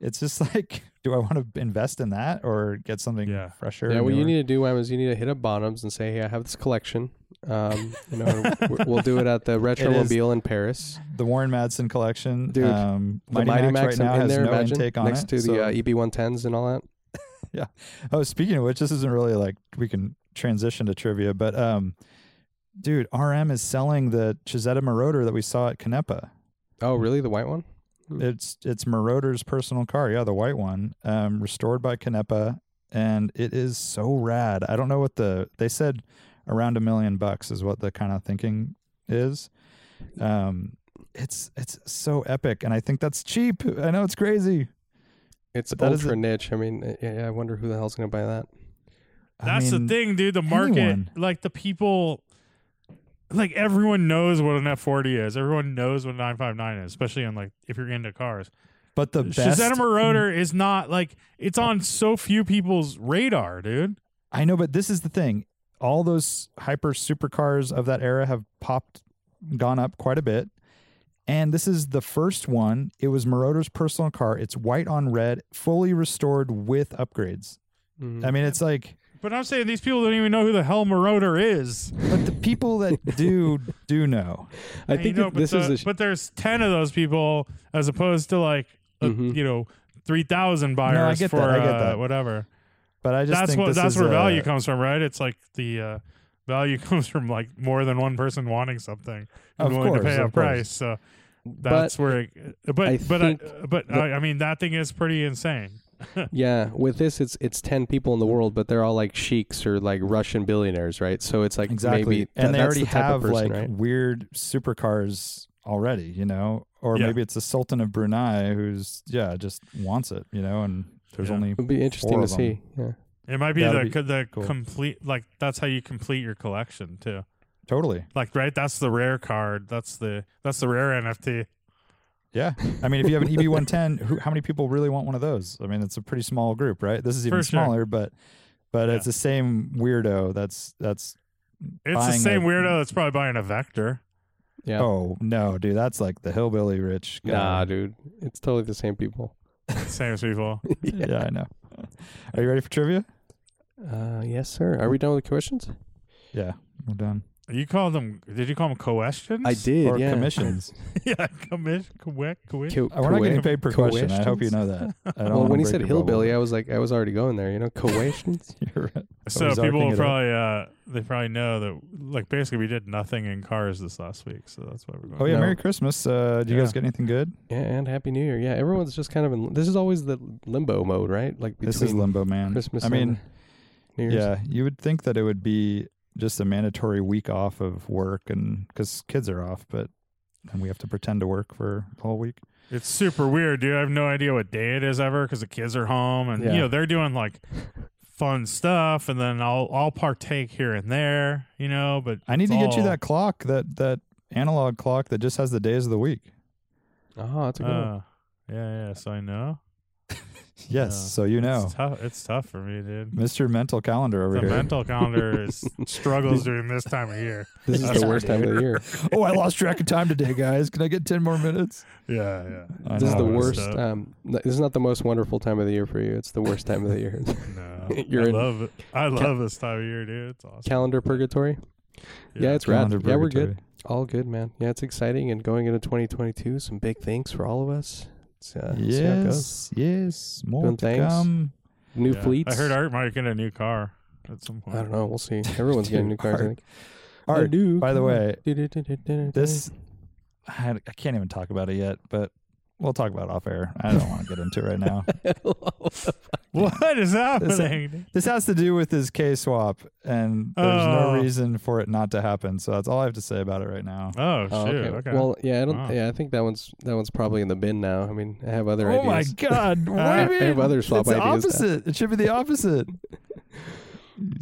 it's just [LAUGHS] like, do I want to invest in that or get something
Yeah.
fresher?
yeah,
and
what you
newer?
need to do, Em, is you need to hit up Bonhams and say, "Hey, I have this collection. Um, you know,
[LAUGHS]
and w- we'll do it at the Retromobile in Paris.
the Warren Madsen collection.
Dude,
um,
The Mighty, Max,
right now
in
has
there,
no
imagine
intake on
next
it.
to the
so-
uh, EB110s and all that.
oh, speaking of which, this isn't really like we can transition to trivia, but um, dude, RM is selling the Chisetta Marauder that we saw at Canepa.
Oh, really? The white one?
It's it's Marauder's personal car, yeah, the white one, um, restored by Canepa, and it is so rad. I don't know what the they said around a million bucks is what the kind of thinking is. Um, it's it's so epic, and I think that's cheap. I know it's crazy.
It's
But that is
ultra niche. I mean, uh, yeah, yeah, I wonder who the hell's gonna buy that.
I
that's
mean,
the thing, dude. The market,
anyone.
like the people, like everyone knows what an F40 is. Everyone knows what a 959 is, especially in like if you're into cars.
But the best.
Shazetta Marauder is not like it's on so few people's radar, dude.
I know, but this is the thing. All those hyper supercars of that era have popped, gone up quite a bit. And this is the first one. It was Marauder's personal car. It's white on red, fully restored with upgrades.
Mm.
I mean, it's like,
But I'm saying these people don't even know who the hell Marauder is.
but the
[LAUGHS]
people that do do know.
I
You
think
know,
that
but
this is
the-
a sh-
but there's ten of those people as opposed to like a-
Mhm.
you know three thousand buyers
get
for
that, Mm-hmm. I get
uh,
that.
whatever.
But I just
That's
think
what
this
that's
is
where
a-
value comes from, right? It's like the uh, value [LAUGHS] comes from like more than one person wanting something and
Of
willing
course,
to pay
of
a
course.
price. So that's where, it, uh, but
I
but I,
think
but
the-
I, I mean that thing is pretty insane.
yeah, with this, it's it's ten people in the world, but they're all like sheiks or like Russian billionaires, right? So it's like
exactly.
maybe
and
that-
they
that's
already
the type
have
of person,
like
right?
weird supercars already, you know? Or
Yeah.
maybe it's the Sultan of Brunei who's, yeah, just wants it, you know? And there's
Yeah.
only
It'd be interesting
four
to
of them.
see. Yeah.
It might be
That'd
the
be
co- the
cool.
complete like that's how you complete your collection too.
totally.
Like right, that's the rare card. That's the that's the rare NFT.
Yeah, I mean, if you have an EB one ten, how many people really want one of those? I mean, it's a pretty small group, right? This is even
For sure.
smaller, but but it's
Yeah.
the same weirdo. That's that's
It's the
Buying
same
a-
weirdo that's probably buying a Vector.
Yeah.
oh no, dude, that's like the hillbilly rich guy.
Nah, dude, it's totally the same people. [LAUGHS]
same as people.
yeah. I know. Are you ready for trivia?
Uh, yes, sir. Are we done with the questions?
Yeah, we're done.
You call them? Did you call them questions?
I did.
or
yeah.
[LAUGHS] commissions?
[LAUGHS] yeah, commission. Quick, quick.
Co-
Uh, we're not
coe-
getting paid per question. I hope you
coercions?
know that. I don't
Well,
wanna
when he
break
said
your bubble,
hillbilly, I was like, I was already going there. You know,
[LAUGHS]
coercions.
but [LAUGHS] you're right.
So
Ozarking
people
it
will
up.
probably uh, they probably know that like basically we did nothing in cars this last week, so that's why we're going.
Oh yeah,
No.
Merry Christmas. Uh, do you
Yeah.
guys get anything good?
yeah, and happy New Year. Yeah, everyone's just kind of in. This is always the limbo mode, right? Like between
This is limbo, man.
Christmas.
I mean,
and New Year's.
Yeah, you would think that it would be just a mandatory week off of work, and because kids are off, but and we have to pretend to work for the whole week.
It's super weird, dude. I have no idea what day it is ever because the kids are home and
Yeah.
you know they're doing like fun stuff, and then I'll I'll partake here and there, you know. But
I need
it's
to get you
all-
that clock, that that analog clock that just has the days of the week.
Oh, that's a good. one.
Uh, Yeah, yes, I know.
Yes,
Yeah.
so you know.
It's tough. It's tough for me, dude.
Mr. Mental Calendar over
The
here.
mental calendar
[LAUGHS]
is struggles during this time of year.
This
[LAUGHS]
is the worst time of the year.
oh, I
[LAUGHS]
lost track of time today, guys. Can I get 10 more minutes?
Yeah, yeah.
I
This is the
know.
messed
worst.
up.
Um, n- this is not the most wonderful time of the year for you. It's the worst time of the
[LAUGHS]
year.
No,
[LAUGHS] You're
I
in-
love it. I love this time of year, dude. It's awesome.
Calendar purgatory. Yeah,
Yeah,
it's rad.
Calendar
Yeah, we're
purgatory.
good. All good, man. Yeah, it's exciting and going into 2022. Some big things for all of us. It's, uh, see how it goes.
Yes, yes. More
Doing
to
things.
come.
New
Yeah.
fleets.
I heard Art might get a new car at some point.
I don't know. We'll see. Everyone's getting
[LAUGHS]
new cars. I
Art.
think.
Art,
do.
by the way, this I, I can't even talk about it yet, but we'll talk about it off air. I don't want to get into it right now.
[LAUGHS] What is
This-
happening?
[LAUGHS] This has to do with his K swap, and there's
Oh.
no reason for it not to happen. So that's all I have to say about it right now.
Oh,
[LAUGHS] Oh,
shoot.
okay.
Okay.
Well, yeah, I don't.
Wow.
Yeah, I think that one's that one's probably in the bin now. I mean, I have other
oh my
ideas. [LAUGHS]
god! What do you
I have
mean?
other swap
it's the
ideas now.
opposite. It should be the opposite. You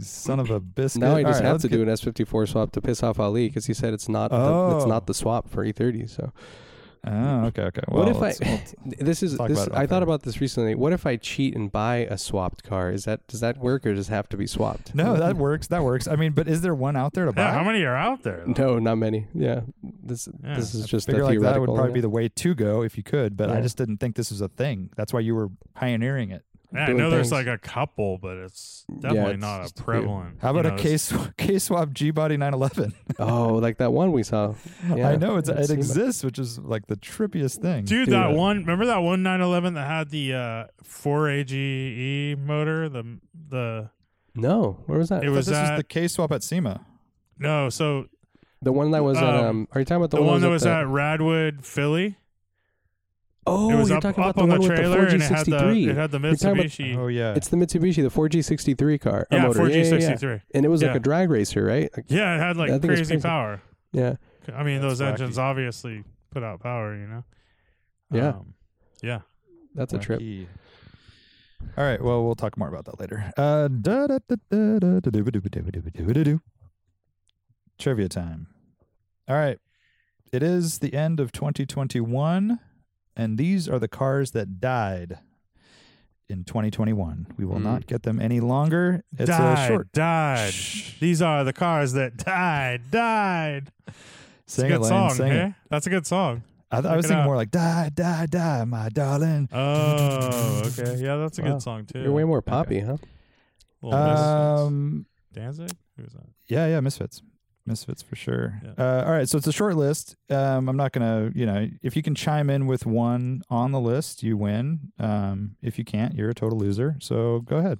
Son of a biscuit.
Now I
All
just
right,
have
let's
to
get-
do an S54 swap to piss off Ali because he said it's not the, it's
Oh.
not the swap for E30. So
Oh, okay, okay.
what
Well,
if
let's-
I? this is
talk
this.
about it
I
off
thought
air.
about this recently. What if I cheat and buy a swapped car? Is that does that work or does it have to be swapped?
No, that works. That works. I mean, but is there one out there to buy?
yeah, how many are out there? though?
No, not many. Yeah, this
Yeah.
this is just a
figure like
theoretical.
that would
you
probably
know?
be the way to go if you could, but
Yeah.
I just didn't think this was a thing. That's why you were pioneering it.
Yeah, I
doing
know
things.
there's like a couple, but it's definitely
it's
not
just
a
a few.
prevalent.
How about
you know,
a
it's-
K [LAUGHS] sw- K swap G body [LAUGHS] 911?
[LAUGHS] Oh, like that one we saw. Yeah,
I know it's,
I've
it
seen that.
exists, which is like the trippiest thing.
Dude,
Dude,
that
uh,
one. Remember that one 911 that had the uh, 4AGE E motor? The the
No, where was
it
that?
I thought
was
this
that
the K swap at SEMA.
no. So
the one that was at.
um,
Um, are you talking about the,
the, one that was
at?
at Radwood, Philly.
the, oh,
it was
you're
up,
talking
up
about
on
the
the
one
trailer,
with the
and it
4G63.
had the it had the
talking about-
Mitsubishi.
Oh yeah,
It's the Mitsubishi, the 4G63 car. a
yeah,
motor.
4G63. Yeah,
And it was like
Yeah.
a drag racer, right? Like,
it had
I
like
think it's
crazy
crazy.
power.
yeah.
I mean,
That's
those engines
wacky.
obviously put out power. You know.
Yeah.
Um, yeah.
That's a trip.
Wacky. All right. Well, we'll talk more about that later. Uh, da- da- da- da- da- da- doo- ba- doo- ba- doo- ba- doo- ba- doo- ba- doo- doo. Trivia time. All right. It is the end of 2021, and these are the cars that died in 2021. We will
Mm.
not get them any longer. It's
Hmm. died,
a short.
died. These are the cars that died, died. It's a
Sing it,
good
Lane.
song,
sing it.
hey? That's a good song.
I, th- I
Check
was
it
thinking
out.
more like die, die, die, my darling.
Oh, okay. Yeah, that's a
Wow.
good song too.
You're way more poppy, huh?
Little Miss
Um,
Danzig? Who's that?
Yeah, yeah, Misfits. Misfits for sure.
Yeah.
Uh, all right, so it's a short list. Um, I'm not gonna, you know, if you can chime in with one on the list, you win. Um, if you can't, you're a total loser. So go ahead.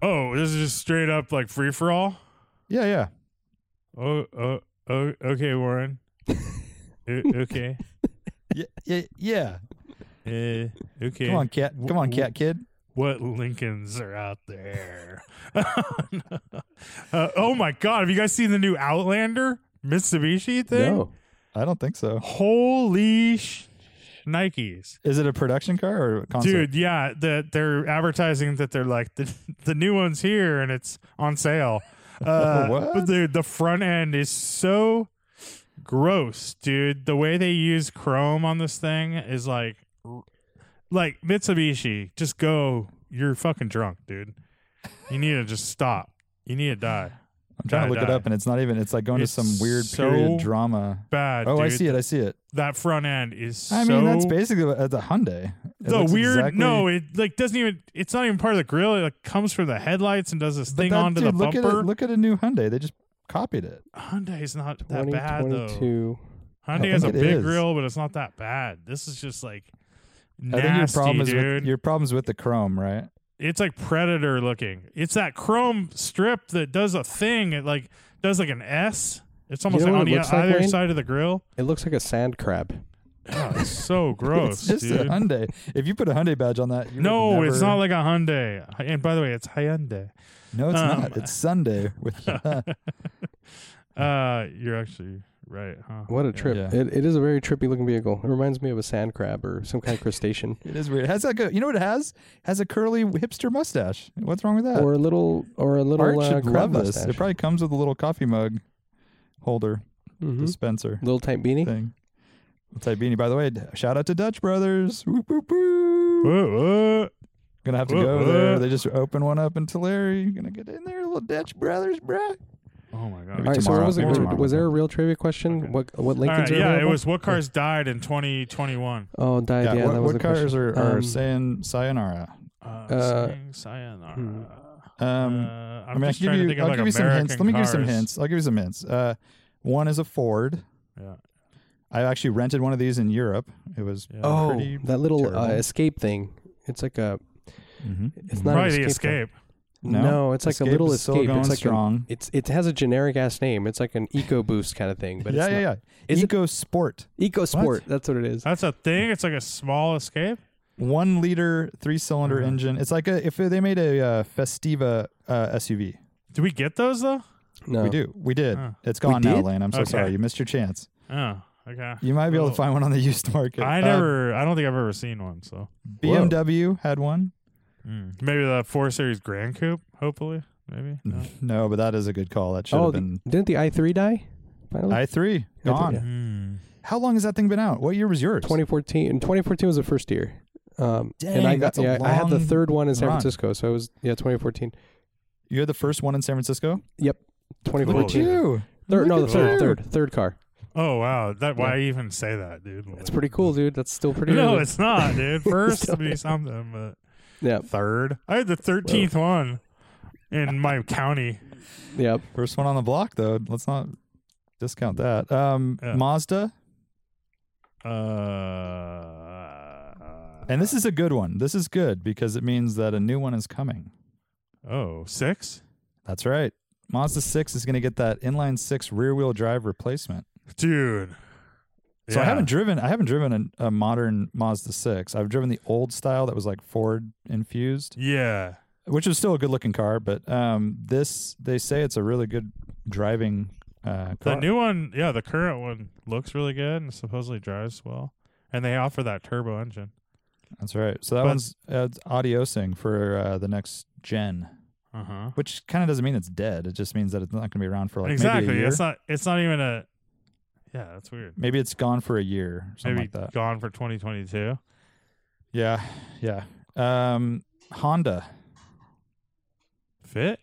Oh, this is just straight up like free for all.
Yeah, yeah.
Oh, oh, oh, okay,
[LAUGHS]
Warren. O- okay.
Yeah, yeah, yeah.
Uh, okay.
Come on, cat. Come on, cat kid.
What Lincolns are out there? [LAUGHS] Uh, oh my God. Have you guys seen the new Outlander Mitsubishi thing?
No.
I don't think so.
Holy sh- Nikes.
Is it a production car or a concept?
Dude, yeah, the, they're advertising that they're like the, [LAUGHS] the new one's here and it's on
[LAUGHS]
sale. Uh,
What?
But dude, the front end is so gross, dude. The way they use Chrome on this thing is like, like Mitsubishi. Just go. You're fucking drunk, dude. You need to just stop. You need to die.
I'm trying to look it
die.
up, and it's not even. It's like going
It's
to some weird
so
period drama.
Bad.
Oh, I
dude.
see it. I see it.
That front end is.
I mean, that's
so
basically what- that's a Hyundai. It
the
looks
weird
exactly-
no it like doesn't even it's not even part of the grill it like comes from the headlights and does this
But
thing
that-
onto
dude,
the
look At
bumper
it, look at a new Hyundai. They just copied it.
hyundai's not that bad though
2022.
hyundai has a
think it
big
is.
grill but it's not that bad this is just like
I think your
nasty
problem is
dude
with your problems with the Chrome, right? [LAUGHS]
it's like predator looking it's that chrome strip that does a thing it like does like an s it's almost
know
like
what
on
it
the
looks like,
either
Wayne?
side of the grill
It looks like a sand crab.
oh, it's
[LAUGHS]
so gross
it's just
dude
a Hyundai. If you put a Hyundai badge on that, you
no,
would
it's
never-
not like a Hyundai. And by the way, it's
[LAUGHS]
Hyundai.
no, it's
um,
not. It's Sunday with [LAUGHS]
Uh, you're actually right, huh?
What a trip.
Yeah.
It, it is a very trippy looking vehicle. It reminds me of a sand crab or some
[LAUGHS]
kind of crustacean.
it is weird. It has like a you know what it has? It has a curly hipster mustache. What's wrong with that?
or a little or a little
Art
uh,
should
crab
love this. It
mustache.
probably comes with a little coffee mug holder
Mhm.
dispenser
Little tight beanie.
thing. Type beanie. By the way, shout out to Dutch Brothers. Whoop, whoop, whoop.
Whoa, whoa.
Gonna have to
Whoop,
go there.
whoop.
They just opened one up in Tulare. You're gonna get in there, little Dutch Brothers, bruh.
Oh my god.
Maybe
All right, so
tomorrow.
what was, it,
Maybe
was-
tomorrow.
was there a real trivia question?
Okay.
What what
All right,
Lincolns are
yeah, it
available?
was what cars died in 2021.
Oh, died. Yeah,
what
that was
what
the
cars
question.
are, are
Um,
saying sayonara?
Uh,
Uh,
saying sayonara.
hmm.
Um,
Uh,
I
I'm
mean, I
just
can give
trying to
you.
think of
I'll
like
give you some hints. Let me
American
give you some
cars.
hints. I'll give you some hints. Uh, one is a Ford.
Yeah.
I actually rented one of these in Europe. It was
Yeah.
oh,
pretty
that little uh,
terrible.
escape thing. It's like a. It's not an
Probably the
escape.
escape.
thing. No, it's like
Mm-hmm. Escape
a little
is still
escape.
Going
It's like a,
strong.
it's it has a generic ass name. It's like an eco boost kind of thing, but
yeah,
it's
yeah, yeah.
Is it-
Eco Uh, Sport,
eco sport. That's what it is.
That's a thing. It's like a small escape.
one liter, three cylinder
Uh-huh.
engine. It's like a if they made a uh, Festiva uh, SUV.
Do we get those though?
No,
We do, we did.
Huh.
It's gone now,
Oh. did?
Lane. I'm so
Okay.
sorry, you missed your chance.
Oh, okay.
You might be able to
Well,
find one on the used market.
I
Uh,
Um,
never. I don't think I've ever seen one. So
BMW had one. Hmm.
Mm. maybe the four series Grand Coupe. Hopefully, maybe.
Mm,
No.
No, but that is a good call. That should
Oh,
have
the-
been
didn't the i three die? Finally,
I three gone.
yeah.
Mm.
How long has that thing been out? What year was yours?
2014. And 2014 was the first year. Um,
Dang,
and I got
that's a
yeah, I had the
long
third one in San
run.
Francisco, so it was yeah 2014,
You had the first one in San Francisco.
2014.
you.
Third, no, the
Look at
third,
you.
third, third car.
Oh wow. That why even say that, dude?
It's pretty cool, dude. That's still pretty.
[LAUGHS] No,
early.
it's not, dude.
[LAUGHS]
First would be something, but
yeah,
third. I had the thirteenth one in my county.
yeah.
First one on the block, though. Let's not discount that. Um,
Yeah.
Mazda,
Uh.
and this is a good one. This is good because it means that a new one is coming.
oh six.
That's right. Mazda six is going to get that inline six rear wheel drive replacement.
dude.
So I
Yeah.
haven't driven. I haven't driven a, a modern Mazda six. I've driven the old style that was like Ford infused.
Yeah,
which is still a good looking car, but um, this they say it's a really good driving uh,
the
car.
new one. Yeah, the current one looks really good and supposedly drives well. And they offer that turbo engine.
That's right. So that
But-
one's uh, it's audiosing for uh, the next gen,
Uh huh.
which kind of doesn't mean it's dead. It just means that it's not going to be around for like maybe a
exactly.
year.
It's not. It's not even a. Yeah, that's weird.
maybe it's gone for a year, or something
Maybe
like that.
gone for 2022.
Yeah, yeah. Um, Honda.
Fit?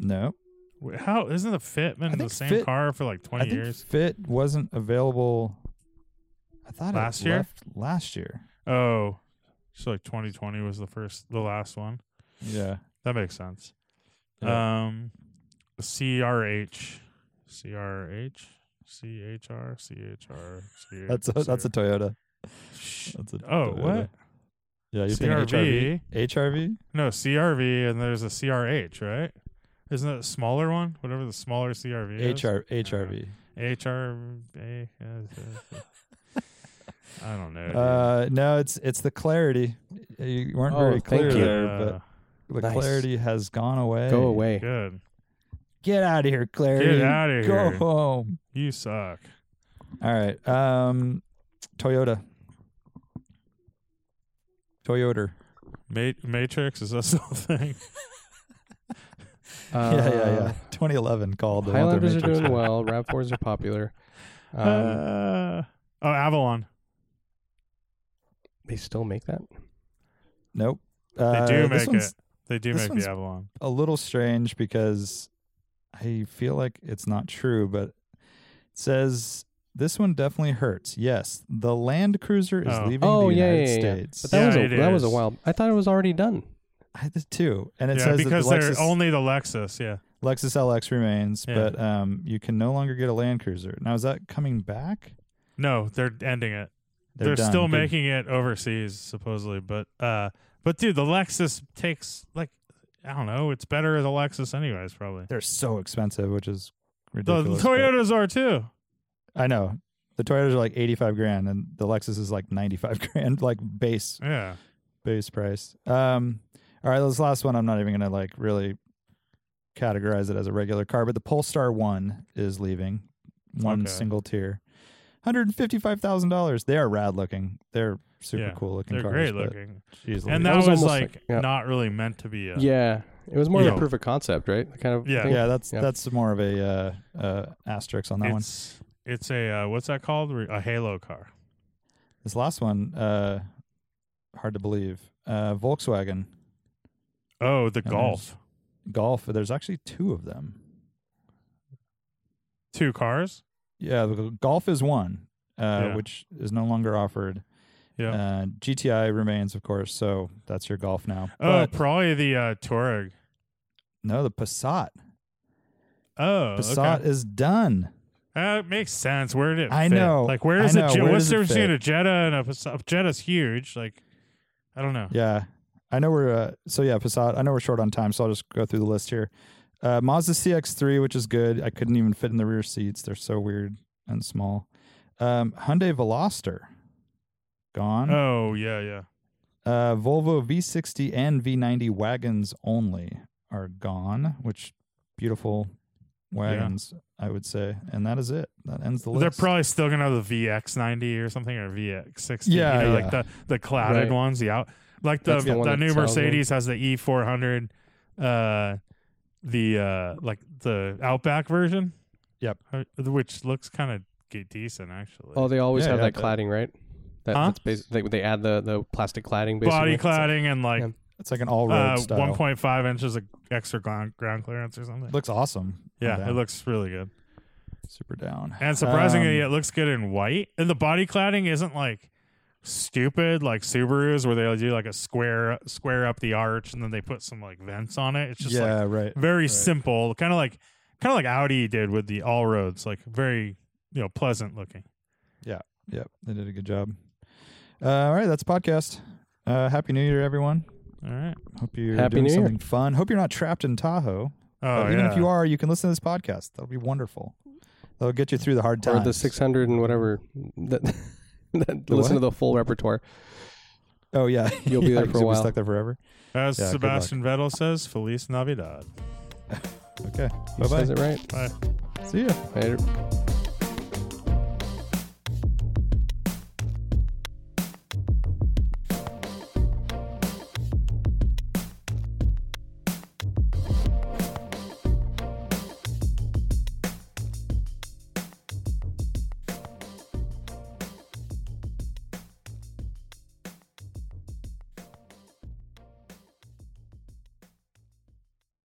No,
Wait, How isn't the Fit
I
been the
think
same
Fit-
car for like 20
I think
years?
Fit wasn't available. I thought
Last
it
year?
left last year.
Oh, so like 2020 was the first, the last one.
Yeah.
That makes sense. Um, CRH, CRH, CHR, CHR.
That's a, that's a Toyota. That's a
Oh,
Toyota.
what?
Yeah, you're thinking
CRV.
HRV. HRV?
No, CRV, and there's a CRH, right? Isn't it a smaller one? Whatever the smaller CRV is.
HR HRV.
HRV. uh, I don't know. dude.
Uh, no, it's it's the clarity. You weren't
Oh,
very
thank
clear
you.
there,
Uh,
but the
Nice.
clarity has gone away.
Go away.
good.
Get out of here, clarity.
Get outta
Go
here.
home.
You suck.
All right. Um, Toyota. Toyota.
Ma- Matrix is this whole thing.
Uh,
[LAUGHS] [LAUGHS] yeah, yeah, yeah. 2011 called. the one with
Highlanders
their
are
matrix. [LAUGHS]
doing well. Rav fours are popular. Um,
uh, oh, Avalon.
they still make that.
Nope.
They
Uh,
do
this
make
one's
it. They do
this
make
one's-
the Avalon.
A little strange because I feel like it's not true, but it says this one definitely hurts. Yes, the Land Cruiser is
Oh.
leaving
Oh
the
yeah, yeah,
United
yeah, yeah.
States.
But that
Yeah,
was a
it
that was a
is.
while. I thought it was already done.
I did too, and it
yeah,
says
because
that the
they're
Lexus,
only the Lexus. Yeah.
Lexus LX remains,
Yeah.
but um, you can no longer get a Land Cruiser. Now is that coming back?
No, they're ending it.
They're
They're,
done.
still
Good.
making it overseas supposedly, but uh, but dude, the Lexus takes like I don't know. It's better as a Lexus anyways, probably.
They're so expensive, which is
The
ridiculous. but-
Toyotas are too.
I know. The Toyotas are like eighty-five grand, and the Lexus is like ninety-five [LAUGHS] grand, like base
Yeah.
base price. Um, all right, this last one I'm not even gonna like really categorize it as a regular car, but the Polestar One is leaving one
Okay.
single tier, hundred fifty five thousand dollars. They are rad looking. They're super
Yeah,
cool looking
They're
cars.
great
but
looking.
geez
And
Louise.
that
was
was,
almost
like,
like- yeah.
not really meant to be a
Yeah, it was more of
Yeah.
a proof of concept, right? The kind of
Yeah.
thing.
yeah, that's
Yeah.
that's more of a uh, uh, asterisk on that
it's It's a uh, what's that called? Re- A halo car.
This last one, uh, hard to believe. Uh, Volkswagen
Oh, the
there's-
Golf.
Golf. There's actually two of them.
Two cars.
Yeah, the Golf is one, uh,
Yeah.
which is no longer offered.
Yeah.
Uh, GTI remains, of course. So that's your Golf now.
oh,
But
probably the uh, Touareg.
no, the Passat.
Oh,
Passat
okay.
is done.
That makes sense. Where did it?
I
fit?
know.
Like, where
I
is
know.
it?
Where
What's
does
the
it
difference between a Jetta and a Passat? Jetta's huge. Like, I don't know.
Yeah. I know we're uh, so yeah, Passat. I know we're short on time, so I'll just go through the list here. Uh, Mazda CX-3, which is good. I couldn't even fit in the rear seats; they're so weird and small. Um, Hyundai Veloster, gone.
Oh, yeah, yeah.
Uh, Volvo V60 and V90 wagons only are gone, which beautiful wagons, I would say. And that is it. That ends the list.
They're probably still gonna have the VX90 or something or VX60.
Yeah,
you know,
yeah.
like the the clouded
Right.
ones. The out like the
That's the
the,
one that
new
sells
Mercedes has the E400, uh, the uh like the Outback version.
Yep.
Uh, which looks kind of get decent actually.
Oh, they always
Yeah,
have
yeah,
that
the-
cladding, right? That,
Huh?
That's basi- they, they add the, the plastic cladding, basically.
Body
It's like-
cladding and like
Yeah.
it's like an all road
uh,
style.
1.5 inches of extra ground, ground clearance or something.
looks awesome. I'm
yeah,
down.
it looks really good.
super down.
And surprisingly,
Um,
it looks good in white. And the body cladding isn't like stupid like Subarus where they do like a square square up the arch and then they put some like vents on it. It's just like
yeah, right.
[LAUGHS] very simple, kind of like kind of like Audi did with the all roads, like very you know pleasant looking.
Yep, they did a good job. Uh, all right, that's a podcast. Uh, Happy New Year, everyone.
All right.
Hope you're
Happy
doing
New Year.
something fun. Hope you're not trapped in Tahoe.
Oh
But
yeah.
even if you are, you can listen to this podcast. That'll be wonderful. That'll get you through the hard
Or
times.
the 600 and whatever. That, [LAUGHS] that-
The
listen
what?
to the full repertoire.
Oh yeah,
You'll be
[LAUGHS] Yeah,
there
'cause
for a
you'll be
while.
Stuck there forever.
As
Yeah, good
Sebastian Vettel says, Feliz Navidad.
Okay.
He says
Bye bye.
it right.
Bye.
See ya.
Later.